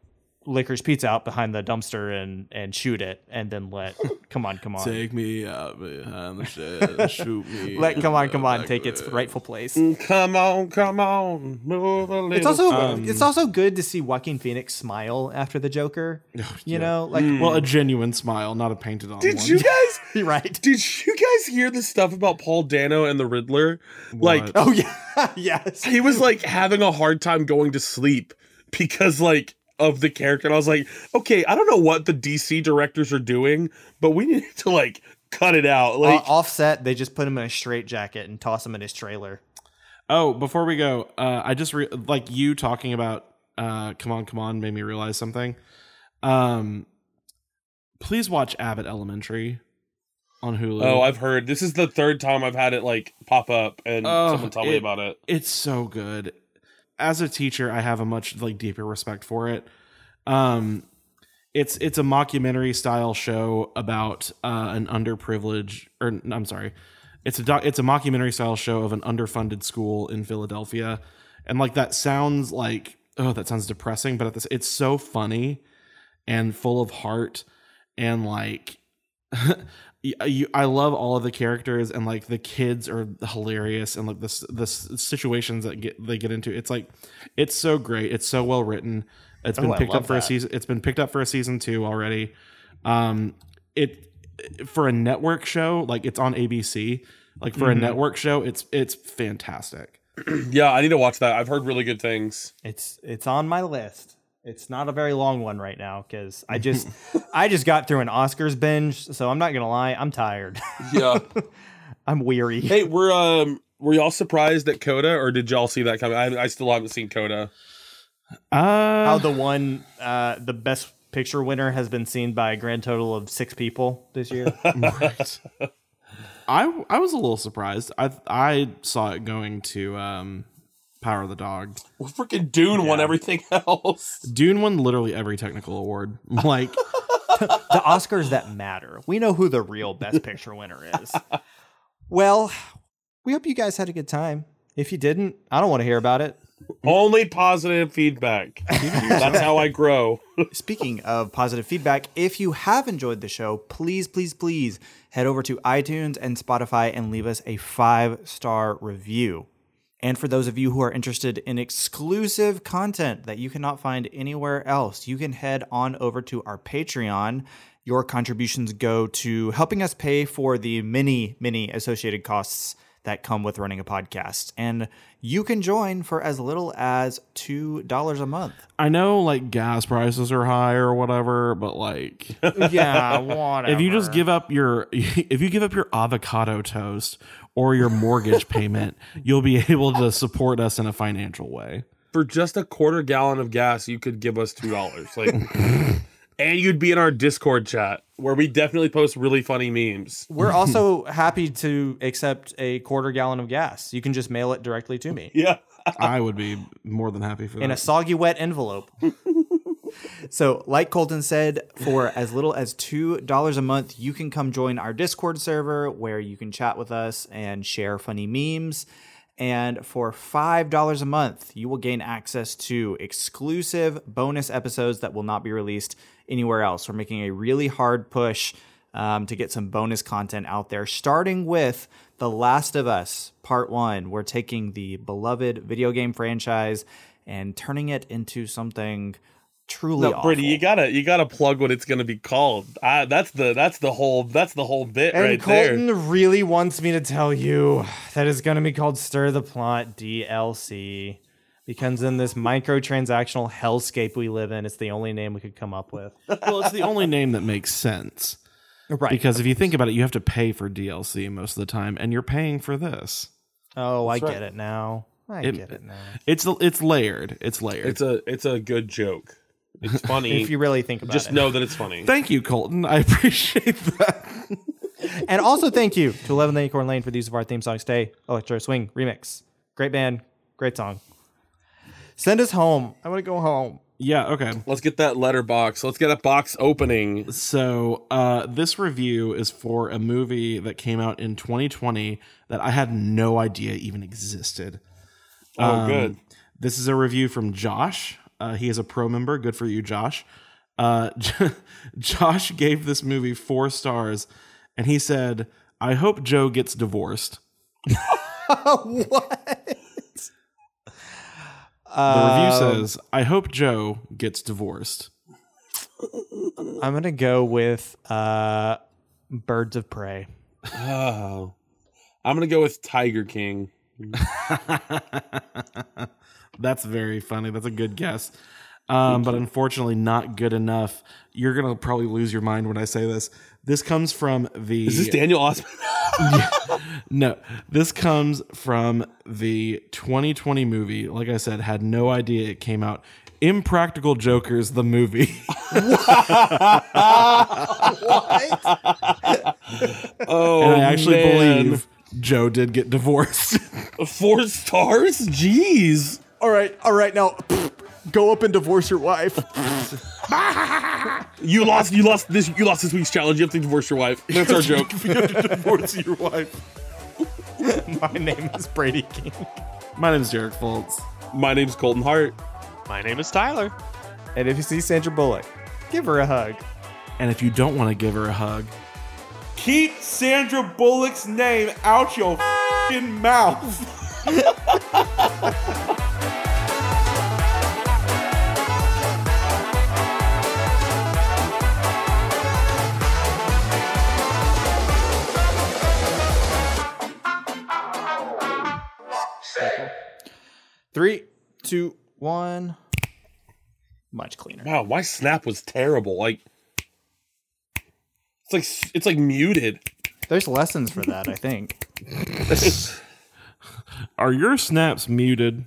[SPEAKER 9] Licorice Pizza out behind the dumpster and and shoot it and then let come on come on
[SPEAKER 2] Take me out behind the shed, shoot me.
[SPEAKER 9] let come on come on take its rightful place.
[SPEAKER 3] Come on, come on, move a little.
[SPEAKER 9] It's also it's also good to see Joaquin Phoenix smile after the Joker. You know, like
[SPEAKER 3] Hmm.
[SPEAKER 2] Well, a genuine smile, not a painted on
[SPEAKER 3] Did
[SPEAKER 2] one.
[SPEAKER 3] you guys?
[SPEAKER 9] you're right.
[SPEAKER 3] Did you guys hear the stuff about Paul Dano and the Riddler? Like
[SPEAKER 9] Oh yeah, yes.
[SPEAKER 3] he was like having a hard time going to sleep because like of the character, and I was like, okay, I don't know what the DC directors are doing, but we need to like cut it out. Like,
[SPEAKER 9] O- offset, they just put him in a straight jacket and toss him in his trailer.
[SPEAKER 2] Oh, before we go, uh, I just re- like you talking about uh, "Come on, come on" made me realize something. Um, please watch Abbott Elementary on Hulu.
[SPEAKER 3] oh, I've heard this is the third time I've had it like pop up, and
[SPEAKER 2] Oh,
[SPEAKER 3] someone tell me
[SPEAKER 2] it-
[SPEAKER 3] about it.
[SPEAKER 2] it's so good. As a teacher, I have a much like deeper respect for it. Um, it's it's a mockumentary style show about uh, an underprivileged, or n- I'm sorry, it's a doc, it's a mockumentary style show of an underfunded school in Philadelphia, and like that sounds like oh that sounds depressing, but at this it's so funny and full of heart and like you, you, I love all of the characters and like the kids are hilarious and like this the s- situations that get they get into. It's like it's so great. It's so well written. It's been
[SPEAKER 9] Oh, I
[SPEAKER 2] picked
[SPEAKER 9] love
[SPEAKER 2] up for a
[SPEAKER 9] that.
[SPEAKER 2] season. It's been picked up for a season two already. Um, it for a network show like it's on ABC. Like for
[SPEAKER 9] Mm-hmm.
[SPEAKER 2] a network show, it's it's fantastic.
[SPEAKER 3] Yeah, I need to watch that. I've heard really good things.
[SPEAKER 9] It's it's on my list. It's not a very long one right now because I just I just got through an Oscars binge, so I'm not gonna lie, I'm tired.
[SPEAKER 3] Yeah.
[SPEAKER 9] I'm weary.
[SPEAKER 3] hey, we're um, were y'all surprised at Coda, or did y'all see that coming? I, I still haven't seen Coda.
[SPEAKER 9] How
[SPEAKER 2] Uh,
[SPEAKER 9] the one uh, the best picture winner has been seen by a grand total of six people this year.
[SPEAKER 2] right. I I was a little surprised. I I saw it going to um, Power of the Dog.
[SPEAKER 3] Well, freaking Dune won everything else.
[SPEAKER 2] Dune won literally every technical award. Like
[SPEAKER 9] the Oscars that matter. We know who the real Best Picture winner is. well, we hope you guys had a good time. If you didn't, I don't want to hear about it.
[SPEAKER 3] Only positive feedback. That's how I grow.
[SPEAKER 9] Speaking of positive feedback, if you have enjoyed the show, please, please, please head over to iTunes and Spotify and leave us a five star review. And for those of you who are interested in exclusive content that you cannot find anywhere else, you can head on over to our Patreon. Your contributions go to helping us pay for the many, many associated costs that come with running a podcast. And you can join for as little as $2 a month.
[SPEAKER 2] I know like gas prices are high or whatever, but like
[SPEAKER 9] yeah, whatever.
[SPEAKER 2] if you just give up your if you give up your avocado toast or your mortgage payment, you'll be able to support us in a financial way.
[SPEAKER 3] For just a quarter gallon of gas, you could give us two dollars. Like, and you'd be in our Discord chat where we definitely post really funny memes.
[SPEAKER 9] We're also happy to accept a quarter gallon of gas. You can just mail it directly to me
[SPEAKER 3] Yeah.
[SPEAKER 2] I would be more than happy for
[SPEAKER 9] in a
[SPEAKER 2] that.
[SPEAKER 9] soggy wet envelope. so, like Colton said, for as little as $2 a month, you can come join our Discord server where you can chat with us and share funny memes. And for $5 a month, you will gain access to exclusive bonus episodes that will not be released anywhere else. We're making a really hard push um, to get some bonus content out there, starting with The Last of Us Part 1. We're taking the beloved video game franchise and turning it into something truly
[SPEAKER 3] No, Brittany,
[SPEAKER 9] awful.
[SPEAKER 3] you gotta you gotta plug what it's gonna be called. I, that's the that's the whole that's the whole bit
[SPEAKER 9] and
[SPEAKER 3] right
[SPEAKER 9] Colton
[SPEAKER 3] there.
[SPEAKER 9] really wants me to tell you that it's going to be called Stir the Plot DLC because in this microtransactional hellscape we live in, it's the only name we could come up with.
[SPEAKER 2] well, it's the only name that makes sense
[SPEAKER 9] Right.
[SPEAKER 2] because if you think about it, you have to pay for DLC most of the time, and you're paying for this.
[SPEAKER 9] oh, I get it now. I get it now.
[SPEAKER 2] It's it's layered. It's layered.
[SPEAKER 3] It's a it's a good joke. It's funny.
[SPEAKER 9] If you really think about
[SPEAKER 3] just
[SPEAKER 9] it.
[SPEAKER 3] know that it's funny.
[SPEAKER 2] Thank you, Colton. I appreciate that.
[SPEAKER 9] And also thank you to 11 the Acorn Lane for the use of our theme song today, Electro Swing Remix. Great band, great song. Send us home. I want to go home.
[SPEAKER 2] Yeah. Okay.
[SPEAKER 3] Let's get that letter box. Let's get a box opening.
[SPEAKER 2] So uh, this review is for a movie that came out in 2020 that I had no idea even existed.
[SPEAKER 3] Oh, good.
[SPEAKER 2] This is a review from Josh. Uh, he is a pro member. Good for you, Josh. Uh, Josh gave this movie four stars, and he said, "I hope Joe gets divorced."
[SPEAKER 9] what?
[SPEAKER 2] The
[SPEAKER 3] Um,
[SPEAKER 2] review says, "I hope Joe gets divorced."
[SPEAKER 9] I'm gonna go with uh, Birds of Prey.
[SPEAKER 3] Oh, I'm gonna go with Tiger King.
[SPEAKER 2] That's very funny. That's a good guess. um, but unfortunately not good enough. You're gonna probably lose your mind when I say this. This comes from the
[SPEAKER 3] Is this Daniel Osmond?
[SPEAKER 2] no. This comes from the 2020 movie. Like I said, had no idea it came out. Impractical Jokers, the movie.
[SPEAKER 3] oh,
[SPEAKER 2] and I actually
[SPEAKER 3] man.
[SPEAKER 2] believe Joe did get divorced.
[SPEAKER 3] four stars. Jeez.
[SPEAKER 1] All right, all right, now go up and divorce your wife.
[SPEAKER 3] You lost. You lost this. You lost this week's challenge. You have to divorce your wife. That's our joke.
[SPEAKER 2] divorce your wife.
[SPEAKER 1] My name is Brady King.
[SPEAKER 2] My name's Derek Foltz.
[SPEAKER 3] My name's Colton Hart.
[SPEAKER 4] My name is Tyler.
[SPEAKER 1] And if you see Sandra Bullock, give her a hug.
[SPEAKER 2] And if you don't want to give her a hug,
[SPEAKER 10] Keep Sandra Bullock's name out your fing mouth.
[SPEAKER 1] Three, two, one. Much cleaner.
[SPEAKER 3] Wow, my snap was terrible. Like it's like s- it's like muted.
[SPEAKER 1] There's lessons for that, I think.
[SPEAKER 2] are your snaps muted?